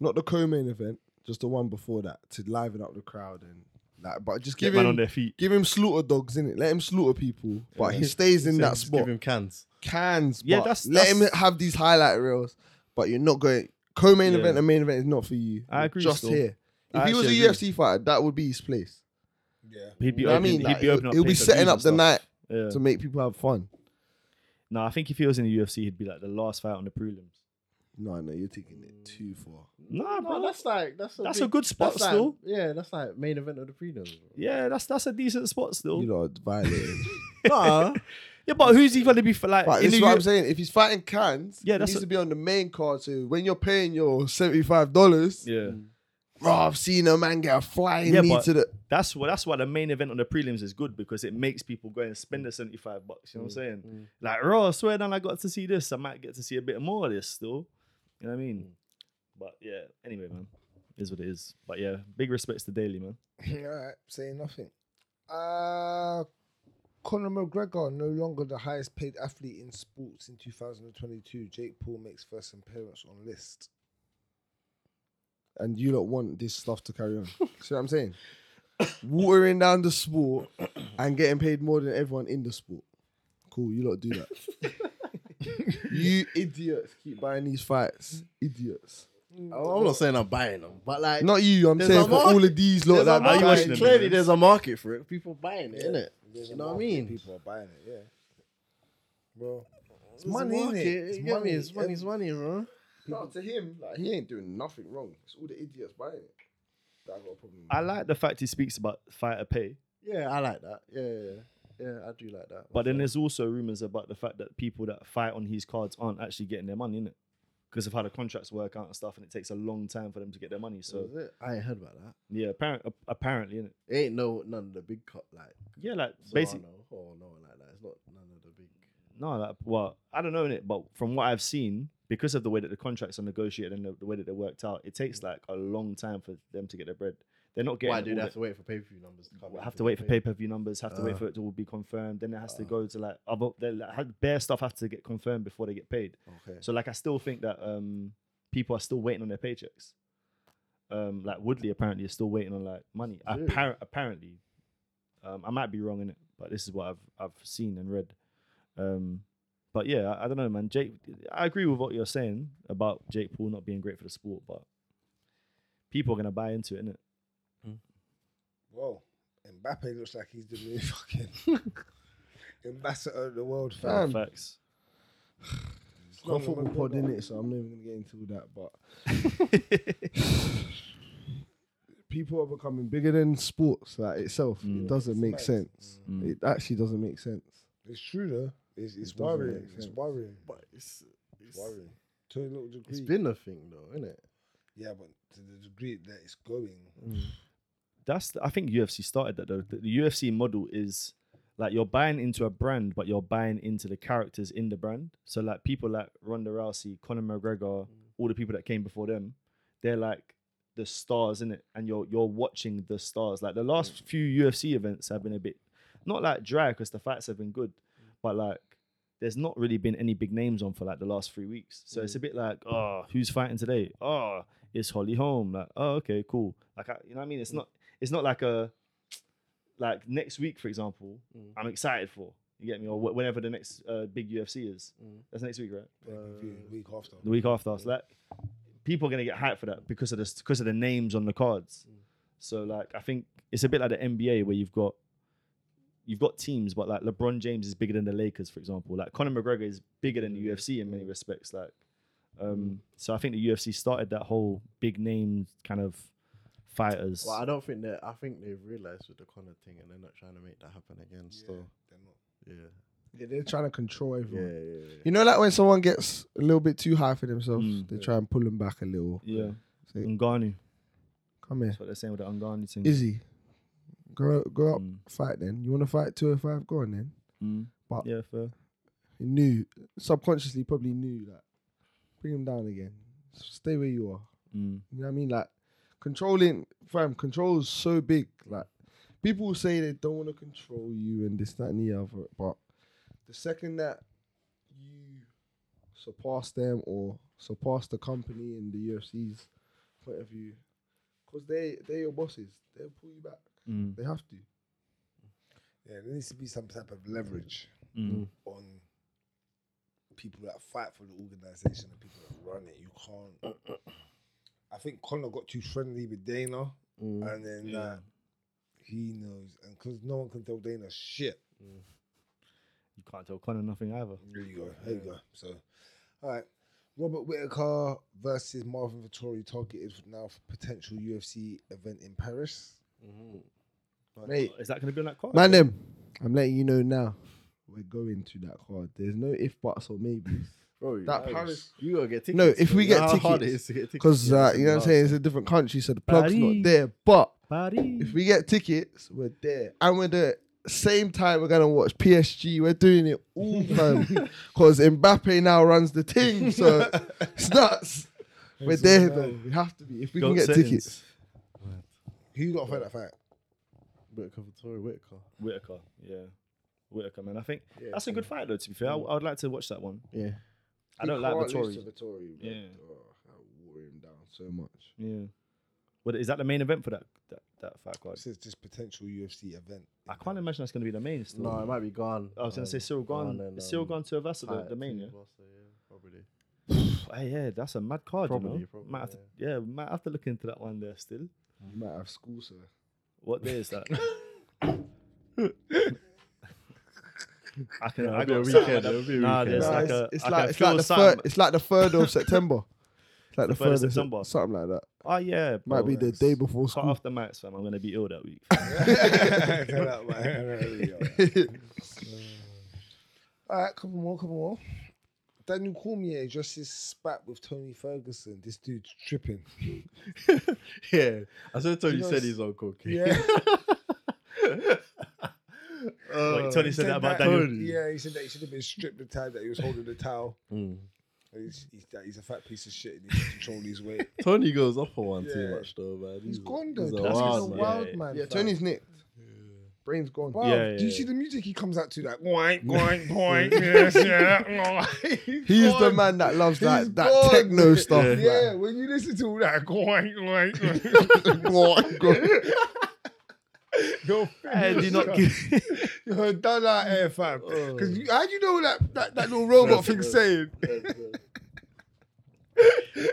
not the co-main event, just the one before that to liven up the crowd and that. But just
get
give
man
him
on their feet.
give him slaughter dogs in it. Let him slaughter people, but he stays in
So
that
just
spot.
Give him cans.
Cans,
Yeah,
but
that's-
let
that's-
him have these highlight reels. But you're not going co-main
Yeah.
event and main event is not for you.
I agree
Just
still.
here. If
I
he was a
actually
UFC fighter, that would be his place.
Yeah.
He'd be,
You know what I
opening-
mean? Like,
he'd be opening up
he'll be
pay-per-views
setting
and
up the
stuff.
night
Yeah.
to make people have fun.
No, I think if he was in the UFC, he'd be like the last fight on the prelims.
No, no, you're taking it too far.
Nah, bro,
No, that's like that's a
that's
big-
a good spot
that's like-
still.
yeah, that's like main event of the prelims. bro.
Yeah, that's that's a decent spot still.
You know, it's violating.
[laughs]
Nah,
Yeah, but who's he gonna be for like?
But this
in the
is what
U-
I'm saying. If he's fighting cans, yeah,
Yeah,
that
that's
needs to
a-
be on the main card. So when you're paying your seventy five dollars,
yeah,
bro, I've seen a man get a flying
Yeah,
knee
but-
to the.
that's what that's why the main event on the prelims is good because it makes people go and spend the seventy five bucks. You know what I'm saying? Like, raw, I swear down, I got to see this. I might get to see a bit more of this still. You know what I mean? But yeah, anyway, man, is what it is. But yeah, big respects to Daily, man.
All right, saying nothing. Uh Conor McGregor no longer the highest paid athlete in sports in 2022. Jake Paul makes first appearance on list.
and you lot want this stuff to carry on. [laughs] See what I'm saying? Watering down the sport [coughs] and getting paid more than everyone in the sport. Cool, you lot do that.
[laughs]
you idiots keep buying these fights. Idiots.
I'm not saying I'm buying them, but like,
Not you, I'm
There's
saying
a
for
market-
all of these lot
there's a
that
Are you
market-
watching them,
clearly
Vince?
there's a market for it. People buying it, innit?
There's a
You know what I
market,
mean?
People are buying it, yeah. Well,
There's
it's
a
money, innit?
market,
It's
you get me?
money.
It's money, it's money, bro.
No, to him, like he ain't doing nothing wrong. It's all the idiots buying it. That I got a problem. with.
I like the fact he speaks about fighter pay,
Yeah, I like that. Yeah, yeah, yeah. Yeah, I do like that.
but then there's also rumors about the fact that people that fight on his cards aren't actually getting their money in it because of how the contracts work out and stuff, and it takes a long time for them to get their money. So
Is it? I ain't heard about that.
yeah, apparent, apparently, innit?
It ain't no none of the big cut like
yeah, like
Basically,
basically,
or no one like that. It's not none of the big.
No, like, well, I don't know in it, but from what I've seen, because of the way that the contracts are negotiated and the, the way that they're worked out, it takes like a long time for them to get their bread. They're not getting.
Why do
all
they
the-
have to wait for pay per view numbers to come? in
have to wait for
pay-
pay per view numbers. Have to wait
Ah.
for it to all be confirmed. Then it has to
Ah.
go to like other they're like, had- bare stuff have to get confirmed before they get paid.
Okay.
So like, I still think that um people are still waiting on their paychecks. Um, like Woodley apparently is still waiting on like money.
Really?
Appar- apparently, um, I might be wrong in it, but this is what I've I've seen and read. Um, but yeah, I, I don't know, man. Jake, I agree with what you're saying about Jake Paul not being great for the sport, but people are gonna buy into it, innit?
Whoa. Mbappe looks like he's the new [laughs] fucking ambassador of the world, fam.
Fam.
Facts.
It's not a football pod in it, so I'm not even gonna get into all that. But people are becoming bigger than sports like itself.
Mm.
It doesn't make sense.
Mm.
It actually doesn't make sense.
It's true, though. It's, it's
It doesn't make
worrying. It's
sense.
worrying.
But it's
It's worrying. To a little degree.
it's been a thing though, isn't it?
yeah, but to the degree that it's going,
that's the- I think UFC started that though. The, the UFC model is like you're buying into a brand, but you're buying into the characters in the brand. So like people like Ronda Rousey, Conor McGregor, all the people that came before them, they're like the stars in it, and you're you're watching the stars. Like the last few UFC events have been a bit not like dry because the fights have been good, but like. There's not really been any big names on for like the last three weeks, so it's a bit like, oh, who's fighting today? Oh, it's Holly Holm. Like, oh, okay, cool. Like, I, you know what I mean? It's not it's not like a like next week, for example,
Mm.
I'm excited for. You get me? Or wh- whenever the next uh, big UFC is.
Mm.
That's next week, right?
they're confused week after.
The week after. So like people are gonna get hyped for that because of this because of the names on the cards.
Mm.
So like I think it's a bit like the NBA where you've got you've got teams, but like LeBron James is bigger than the Lakers, for example. Like Conor McGregor is bigger
Mm.
than the UFC in many respects. Like um, so I think the UFC started that whole big name kind of fighters.
Well, I don't think that. I think they've realized with the Connor thing, and they're not trying to make that happen again.
Yeah,
Still,
they're not.
yeah,
Yeah, they're trying to control
yeah,
everyone.
yeah.
You know, like when someone gets a little bit too high for themselves,
Mm.
they try and pull them back a little.
yeah.
Say,
Ngannou.
come here,
That's what they're saying with the Ungani thing.
Izzy, go go up,
Mm.
fight. Then you want to fight two or five? Go on then.
Mm.
But-
yeah, fair.
He knew subconsciously, probably knew that. Bring him down again. Stay where you are.
Mm.
You know what I mean? Like controlling, fam. Control is so big. Like people say they don't want to control you and this, that, and the other. But the second that you surpass them or surpass the company and the UFC's point of view, because they they're your bosses, they'll pull you back.
Mm.
They have to.
Yeah, there needs to be some type of leverage
Mm.
on people that fight for the organization and people that run it. You can't. I think Connor got too friendly with Dana,
Mm.
and then uh, he knows, and because no one can tell Dana shit.
You can't tell Connor nothing either.
There you go. There you go. So, all right. Robert Whitaker versus Marvin Vittori targeted now for potential UFC event in Paris.
Mhm.
Mate,
Is that going to be on that card?
man, them. I'm letting you know now. We're going to that card. There's no if, buts, or
[laughs]
maybes.
Bro,
That
you-
Paris-
you gotta get tickets.
No, if
bro.
we
You
get
know how hard it
tickets,
is to get tickets?
Because
Yeah,
uh,
it's
you know what I'm
mad.
saying? It's a different country, so the plug's
Paris.
not there. But
Buddy.
if we get tickets, we're there. And we're there. Same time we're gonna watch PSG. We're doing it
[laughs]
all time. Cause Mbappe now runs the team. So it's
[laughs]
nuts. We're
It's
there
all
though.
right.
We have to be. If we
Goat
can get
settings.
tickets.
Who you got for that fight?
Whitaker, Victoria Whitaker.
Whitaker. Yeah. Whitaker, man. I think
Yeah,
that's a good fight, though. To be fair, I, I would like to watch that one.
Yeah.
I don't like Vittori.
Vittori,
Yeah.
Oh, I wore him down so much.
Yeah. But is that the main event for that that, that fight card?
This is this potential UFC event.
I
[laughs]
can't imagine that's going to be the main. Still.
No, it might be gone.
I was going to say Cyril gone.
and,
Cyril
um,
gone to Avassa, the,
Hyatt
the main.
too,
Yeah.
Buster, yeah, probably.
Hey, yeah, that's a mad card. you
Probably,
know?
probably,
might have to, yeah, we might have to look into that one there still.
You might have school, sir.
What day is that? [laughs] I can. I got something with that. Nah, there's
Nah,
like
it's,
a.
it's
I
like
can
it's
feel
like, the
something.
third, it's like the third of
[laughs]
September. It's like the,
third of
third of
September.
September, something like that.
Oh yeah,
Might
bro.
be the day before
Cut
school.
off the mics, fam. I'm gonna be ill that
[laughs]
week.
Get
[laughs]
out my [laughs] All right, couple more, couple more. Daniel Cormier just his spat with Tony Ferguson. This dude's tripping.
Yeah, I said Tony
You know,
said
it's-
he's on cocaine.
[laughs] Yeah,
Wait, Tony said that about Daniel.
Tony.
Yeah, he said that he should have been stripped the time that he was holding the towel.
Mm.
And He's, he's, that he's a fat piece of shit and he should control his weight.
[laughs]
Tony goes off for one
Yeah.
too much though, man.
[laughs] He's
a-
gone though.
he's a
Tony's
That's
wild
his
man.
wild
man.
yeah,
fam.
Tony's nicked. Brain's gone.
Wow,
Yeah, yeah,
do you see
yeah.
the music he comes out to? Like, boing, boing, boing. yes, yeah.
He's the
gone.
man that loves
He's
that, that
gone.
techno stuff.
Yeah,
Yeah.
when you listen to all that, boing, boing, boing.
[laughs]
You're
[laughs] Hey, do not give.
[laughs] You're done out here, fam.
Oh.
Because how do you know that, that, that little robot thing saying?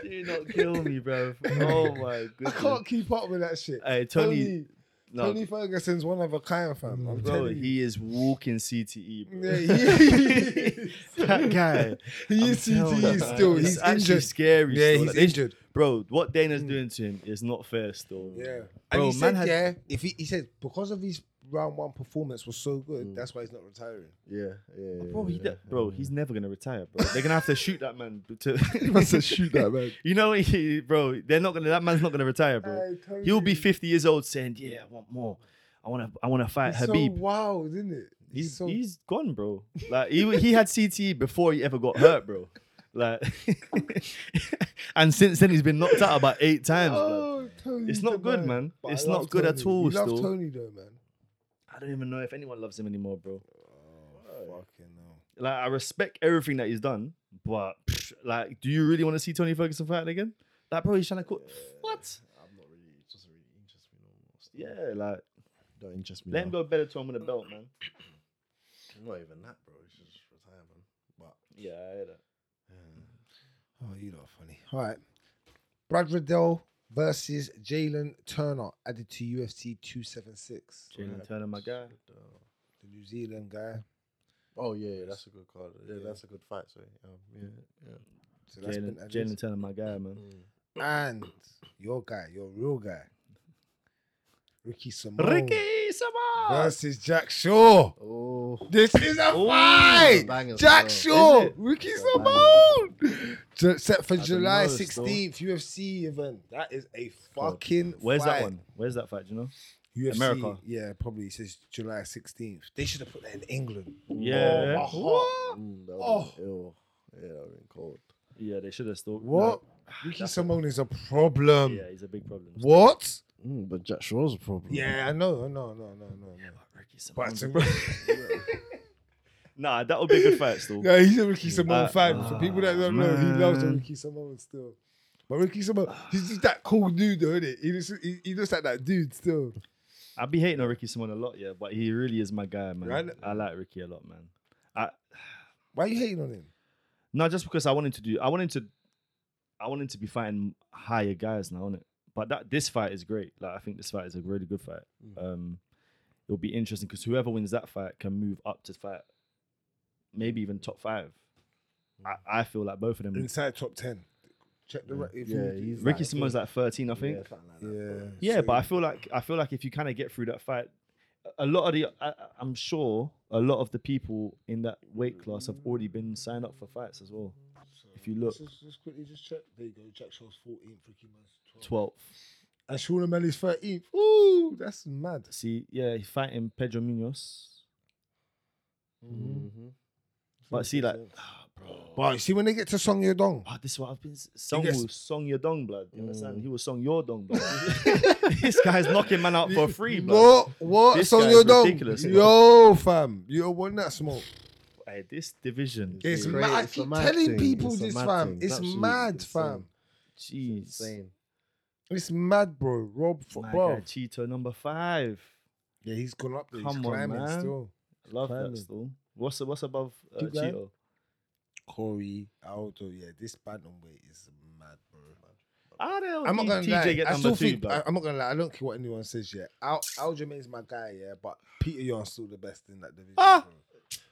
Do not kill me,
[laughs]
bro. Oh my
I
goodness.
can't keep up with that shit.
Hey, Uh, Tony.
Tony,
no,
Tony Ferguson's one of a kind, fam. I'm
bro,
telling you.
he is walking CTE,
[laughs]
bro. [laughs]
Yeah, he,
that guy.
he E is
I'm telling
CTE
you,
still.
it's
He's
actually
injured.
scary.
Yeah,
still.
he's
Like, they-
injured. Hmm.
Bro, what Dana's doing to him is not fair still.
Yeah. And
Bro,
he
man
said,
had-
yeah, if he, he said because of his round one performance was so good,
Mm.
that's why he's not retiring.
Yeah, yeah.
Bro, he, bro, he's never gonna retire, bro. They're gonna have to shoot that man.
[laughs]
To, [laughs]
That's a shoot that man.
you know, he, bro, they're not gonna. That man's not gonna retire, bro.
I told
He'll be
you.
50 years old saying, "Yeah, I want more. I wanna, I wanna fight
It's
Habib."
so wild, isn't it? It's
he's
so
he's gone, bro. Like he wa- he had CTE before he ever got hurt, bro. Like, [laughs] and since then he's been knocked out about eight times.
Oh,
bro.
Tony,
It's not good, man. It's not good at all.
You love
still.
Tony though, man.
I don't even know if anyone loves him anymore, bro.
Fucking no.
Like I respect everything that he's done, but pff, like, do you really want to see Tony Ferguson fight again? Like, bro, he's trying to cook. What?
I'm not really. It doesn't really interest me no more. still.
Yeah, like
don't interest me.
let him
now.
go better to him with a belt, man.
Not even that, bro. It's just retirement. But
Yeah, I hear that.
Oh, you lot are funny. All right. Brad Riddell versus Jalen Turner added to UFC 276.
Jalen Turner, my guy.
The New Zealand guy.
oh yeah, yeah, that's a good card. Yeah, that's a good fight. So um, yeah, yeah.
So that's been
Jalen
added. Mm.
Jalen Turner, my guy, man.
And your guy, your real guy. Ricky Simone
Ricky Samoa.
versus Jack Shaw.
Oh,
This is a
Ooh,
fight.
bangers,
Jack
bro.
Shaw,
Is it?
Ricky
It's a
Simone, Ju- set for
don't
July
know, it's still-
sixteenth UFC event. That is a fucking.
Where's that
fight.
one? Where's that fight? Do you know?
UFC,
America.
Yeah, probably it says July sixteenth. They should have put that in England. Oh,
Yeah.
my heart.
mm, that
Oh.
oh. Ill. Yeah, that would been cold.
Yeah, they should have still.
What? Um, Ricky Simone is a problem.
yeah, he's a big problem.
What?
Mm, but Jack Shaw's a problem.
Yeah, I know, I know, I know, I know, I know.
Ricky Samoa.
But
Nah, that would be a good
[laughs]
fight still.
Yeah, he's a Ricky Simone
Uh,
fan. For people that don't know, he loves a
man.
Ricky Simone still. But Ricky Simone, he's just that cool dude, though, isn't he? He looks, he, he looks like that dude still.
I be hating on Ricky Simon a lot, yeah, but he really is my guy, man.
Right?
I like Ricky a lot, man. I
Why are you hating on him?
no, just because I wanted to do, I wanted to, I wanted to be fighting higher guys now, on it. But that this fight is great. Like I think this fight is a really good fight.
Mm.
Um, it'll be interesting because whoever wins that fight can move up to fight, maybe even top five.
Mm.
I, I feel like both of them.
Inside top 10. Check the right. if
Yeah,
you-
he's
Ricky
like-
Simone's like thirteen, I think.
Yeah, something like
Yeah.
that.
Yeah,
so-
but I feel like I feel like if you kind of get through that fight, a- a lot of the I, I- I'm sure a lot of the people in that weight class have already been signed up for fights as well. If you look,
Let's Just, just quickly just check. There you go. Jack Shaw's 14th, Ricky Man's 12th.
12th.
And Sean O'Malley's 13th. Ooh, that's mad.
See, yeah, he's fighting Pedro Munoz.
Mm-hmm.
Mhm.
But see, like,
But you see, when they get to Song Yedong,
Oh, this is what I've been. Song
gets-
was Mm. Song your dong blood. You understand? He was Song your dong [laughs] blood. this guy's knocking man out for [laughs] free, blood.
what, what
This
Song
guy's
Yedong?
ridiculous, bro.
Yo, fam, you don't want that smoke.
Hey, this division.
It's
It's
mad.
crazy.
I
It's a
keep
mad
telling
thing.
people
It's a
this,
mad
fam.
thing. It's
It's
absolutely
mad,
insane.
fam.
Jeez.
Same.
It's mad, bro. Rob, for,
My
bro.
guy Cheeto number five.
Yeah, he's gone up there. he's
Come on,
climbing
man.
still.
I Love
Climbing.
that still. What's what's above uh,
Keep going.
Cheeto?
Corey, Aldo, yeah, this Bantam weight is mad, bro.
I don't.
I'm not gonna
TJ
lie.
get
I
number
still
two,
think
blood.
I, am not gonna lie. I don't care what anyone says. Yeah, Al, Al Jermaine's my guy. Yeah, but Peter Yarn's still the best in that division.
Ah!
bro.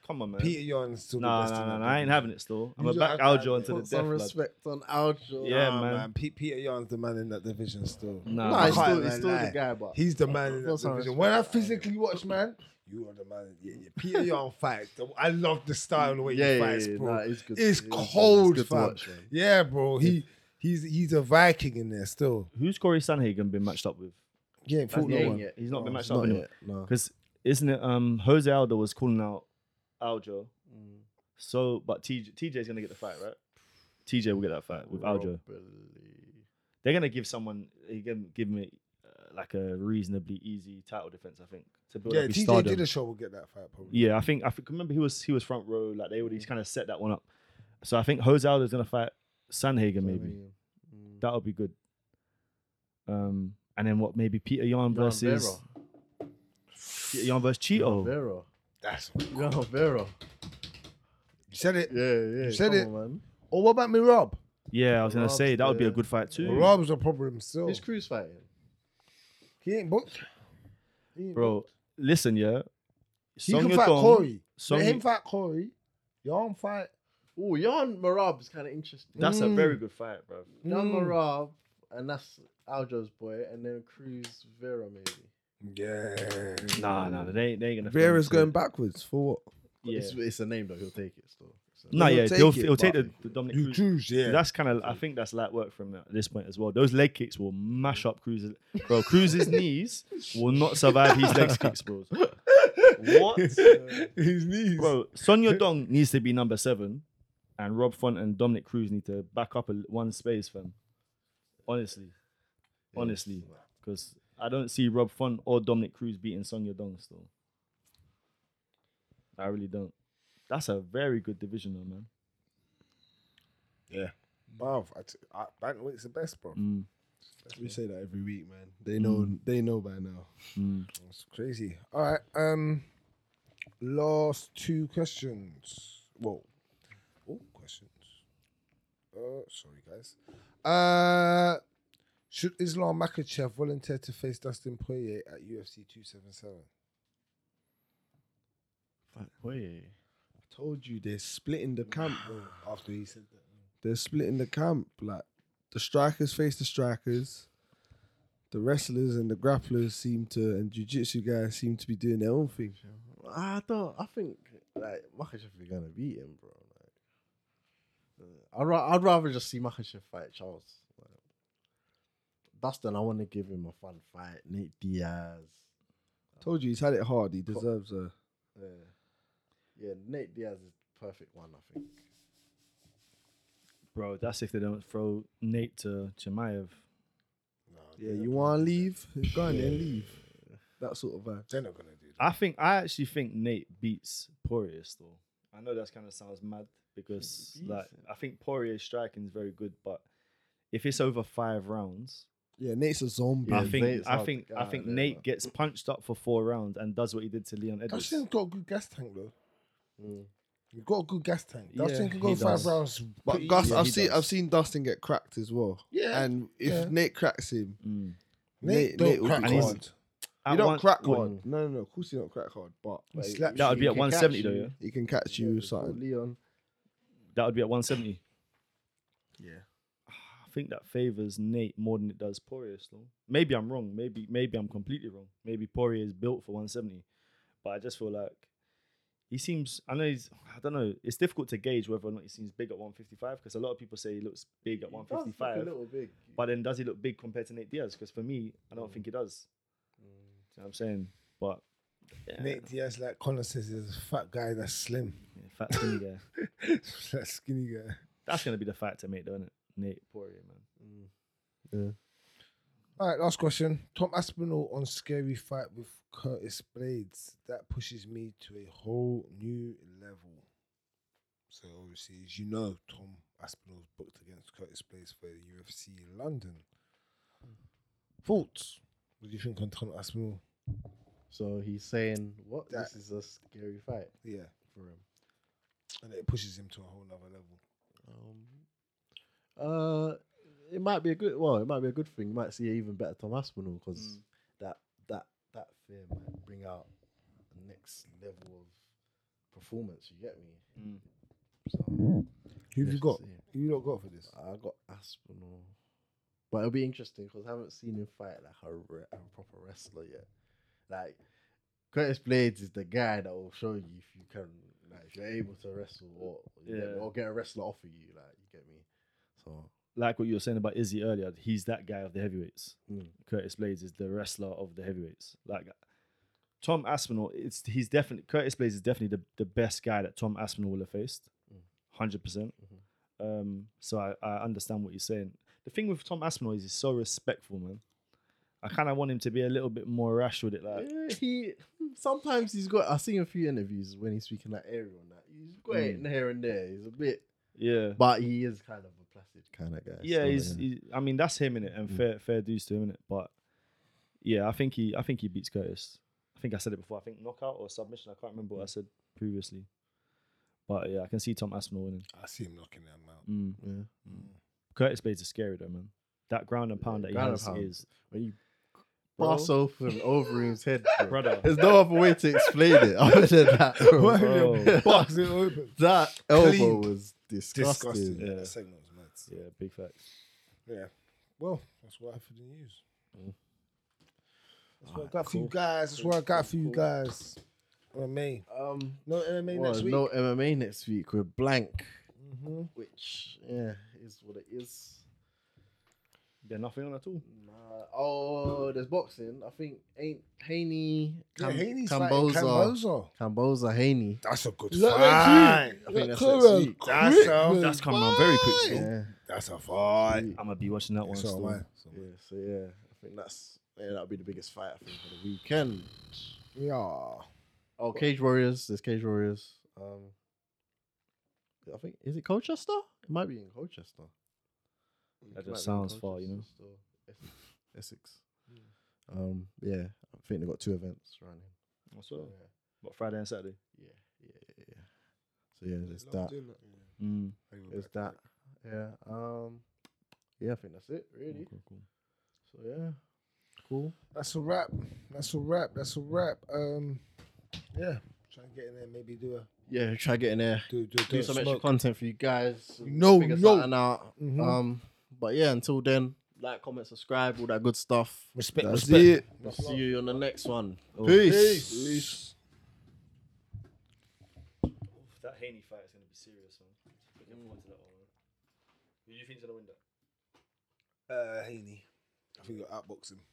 Come on, man.
Peter Yarn's still the
Nah,
best.
nah,
in
nah,
that
nah. I ain't
division.
having it still. I'm gonna
You just
back
have to
Aljo
have
onto the
Put
death.
some
blood.
respect on Aljo.
Yeah,
Nah,
man.
Pe- Peter Yarn's the man in that division still.
Nah,
Nah,
I
he's
can't
still,
even
he's still
lie.
the guy, but
He's the man in that
Put some
division.
respect
When I
on
physically watch, man, you are the man. Yeah, yeah. Peter Yarn fights. I love the style and the way he fights, bro.
nah, it's good.
it's
good. It's
cold,
good to
fam.
watch, man.
Yeah, bro. He he's he's a Viking in there still.
Who's Corey Sanhagen been matched up with?
Yeah,
That's the
no
thing.
one yet.
He's not been
No,
matched
not
up
yet, No.
anymore. Because isn't it? Um, Jose Aldo was calling out Aljo. So, but TJ, TJ's gonna get the fight, right? TJ will get that fight with Aljo.
Probably.
They're gonna give someone again, give me uh, like a reasonably easy title defense. I think to build
Yeah,
up his
TJ
stardom.
did a show. We'll get that fight probably.
Yeah, I think I think, remember he was he was front row. Like they already kind of set that one up. So I think Jose Aldo's gonna fight Sanhagen maybe.
Mm.
That'll be good. Um, and then what? Maybe Peter Yan versus Peter Yan versus Cheeto.
Vera.
That's
Vera. Vera.
you said it.
Yeah, yeah.
You said
come
it.
on, man.
Oh, what about me, Rob?
Yeah, I was gonna
Rob's
say that would be a
there.
good fight too,
Rob's a problem still.
Who's Cruz fighting?
He ain't booked. He ain't
bro. [laughs]
booked.
Listen, yeah.
He
Song
can
Yudong-
fight Corey.
Song
Let him
Yu-
fight Corey. Yarn fight.
Oh, Jan Marab is kind of interesting.
That's a
Mm.
very good fight, bro.
Jan
Mm.
Marab, and that's Aljo's boy, and then Cruz Vera maybe.
Yeah.
Nah, nah, they ain't, they ain't gonna.
Vera's
film it.
going backwards for what?
Yeah.
It's, it's a name though. He'll take it still. So.
No,
he'll
yeah,
take
they'll,
it,
he'll take the,
but-
the Dominic
You
Cruz.
choose, yeah.
That's kind of, I think that's light work from at this point as well. Those leg kicks will mash up Cruz's, bro.
[laughs]
Cruz's knees will not survive his leg kicks, bro. What,
his knees.
bro? Sonia Dong needs to be number seven, and Rob Font and Dominic Cruz need to back up a, one space, fam. Honestly, honestly, because I don't see Rob Font or Dominic Cruz beating Sonia Dong still. I really don't. That's a very good division, though, man.
Bruv, I t- I- Bantamweight's the best, bro.
Mm,
We say that every week, man. They know. They know by now.
mm.
It's crazy. All right. Um, last two questions. Well, oh, questions. Uh, sorry guys. Uh, should Islam Makachev volunteer to face Dustin Poirier at UFC two seven seven?
Wait.
I told you they're splitting the camp. bro.
After he said that.
They're splitting the camp. Like the strikers face the strikers. The wrestlers and the grapplers seem to, and jiu-jitsu guys seem to be doing their own thing.
I don't. I think like Makachev is gonna beat him, bro. Like, uh, I'd, ra- I'd rather just see Makachev fight Charles. Like, Dustin, I want to give him a fun fight. Nate Diaz.
Told you he's had it hard. He deserves a.
Yeah, yeah. Nate Diaz is the perfect one, I think.
Bro, that's if they don't throw Nate to Chimaev.
Yeah, you want to leave? Go on then leave. That sort of vibe.
They're not gonna do that.
I think I actually think Nate beats Poirier still. I know that kind of sounds mad because
beats
like
him.
I think Poirier's striking is very good, but if it's over five rounds,
Yeah, Nate's a zombie.
Yeah,
I think
Nate's
I
hard to
think
get
I
out
think
of there,
Nate
man.
gets punched up for four rounds and does what he did to Leon Edwards.
Dustin's got a good gas tank though.
Mm.
You got a good gas tank.
Yeah,
Dustin can
he
go five
does.
rounds.
But
pretty
Gus,
easy.
I've
he
seen
does.
I've seen Dustin get cracked as well.
Yeah.
And if
Yeah.
Nate cracks him,
Mm.
Nate,
Nate,
don't
Nate will be
crack
And he's-
hard.
hard.
You
At
don't
one-
crack
one-
hard. No, no, no. Of course you don't crack hard, but
But he-
slaps
That would
he
be at
can
one
catch
seventy though,
you.
yeah.
he can catch you
Yeah,
with
before
something.
Leon.
That would be at one seventy. Ah,
Yeah.
I think that favors Nate more than it does Poirier still. Maybe I'm wrong. Maybe maybe I'm completely wrong. Maybe Poirier is built for 170, but I just feel like he seems. I know he's. I don't know. It's difficult to gauge whether or not he seems big at 155 because a lot of people say he looks big
He does
at
look a
155.
little big.
But then does he
Mm.
look big compared to Nate Diaz? Because for me, I don't think he does. Do you know what I'm saying, but
Nate Diaz, like Connor says, is a fat guy that's slim. [laughs]
Yeah, fat skinny guy.
that skinny guy.
That's gonna be the fight to make, though, isn't it? Nate Poirier, man.
All right, last question. Tom Aspinall on scary fight with Curtis Blades. That pushes me to a whole new level. So obviously, as you know, Tom Aspinall's booked against Curtis Blades for the UFC London. Thoughts? What do you think on Tom Aspinall?
So he's saying, "What?
That-
This is a scary fight
Yeah,
for him."
and it pushes him to a whole nother level.
Um, uh, it might be a good. Well, it might be a good thing. You might see an even better Tom Aspinall because that that that fear might bring out the next level of performance. You get me?
Mm.
So,
Who've
let's
you got?
see.
Who you not got for this?
I got Aspinall, but it'll be interesting because I haven't seen him fight like a, re- a proper wrestler yet. Like Curtis Blades is the guy that will show you if you can, like, if you're able to wrestle or you get me,
Yeah.
or get a wrestler off of you. Like, you get me? So
Like what you were saying about Izzy earlier, he's that guy of the heavyweights.
Mm.
Curtis Blades is the wrestler of the heavyweights. Like Tom Aspinall, it's he's definitely Curtis Blades is definitely the, the best guy that Tom Aspinall will have faced,
Mm.
100 percent. Um, so I, I understand what you're saying. The thing with Tom Aspinall is he's so respectful, man. I kind of want him to be a little bit more rash with it, like
Yeah, he sometimes he's got. I've seen a few interviews when he's speaking like aerial and that. He's got it in here and there. He's a bit,
yeah.
but he is kind of a placid kind of guy.
yeah,
so,
he's, He, I mean, that's him in it, and fair fair dues to him in it. But yeah, I think he I think he beats Curtis. I think I said it before. I think knockout or submission. I can't remember what I said previously. But yeah, I can see Tom Aspinall winning.
I see him knocking them out.
Mm.
yeah.
Curtis Blades is scary though, man. That ground and pound that he
Ground and
has
pound.
is
when you pass over and over his head, bro.
[laughs] brother.
There's no other way to explain it other than that. Bro.
Bro.
[laughs] Box it open.
that elbow
Clean.
was disgusting.
Disgusting. Yeah,
Yeah.
that segment was mad.
Yeah, big facts.
Yeah. Well, that's what I have for the news.
Mm.
That's what I got for you guys. That's what I got for you guys. MMA.
Um,
No MMA
well,
next week.
no MMA next week. We're blank,
hmm
which yeah is what it is.
Yeah, nothing on at all.
Nah. Oh, there's boxing. I think ain't Haney,
Yeah,
Cam-
Haney's fighting
Camboza,
Camboza.
Camboza, Haney.
That's a good
Look at
fight.
I think that's
Look,
next week.
That's a,
That's coming on very quickly.
Yeah.
that's a fight.
I'm gonna be watching that one.
So
still.
am I. So am
yeah. So yeah, I think that's yeah that'll be the biggest fight I think for the weekend.
I. Yeah.
Oh, Cage Warriors. There's Cage Warriors. Um, I think is it Colchester? It might be in Colchester. It might
That
be in
just sounds far, you know.
Colchester,
[laughs]
Essex. Essex.
Hmm.
Um, yeah, I think they've got two events running.
What's
So,
Oh.
up?
yeah.
What Friday and Saturday?
Yeah, yeah, yeah, yeah. So yeah, there's that.
Mm.
There's that. Yeah. Um. Yeah, I think that's it. Really.
Cool, cool.
So yeah. Cool.
That's a wrap. That's a wrap. That's a wrap. Um, yeah. Try and get in there. Maybe do a
Yeah, try getting there.
do do, do,
Do
a
some extra
smoke.
content for you guys.
No,
figure
no.
something out.
Mhm.
Um. But yeah, until then, like, comment, subscribe, all that good stuff.
Respect.
That's
respect.
it.
We'll see you on the next one.
Peace.
Oof, that Haney fight is going to be serious, man. Looking forward to that one. man. Who do you think's going to win that?
Uh, Haney. I think you'll outbox him.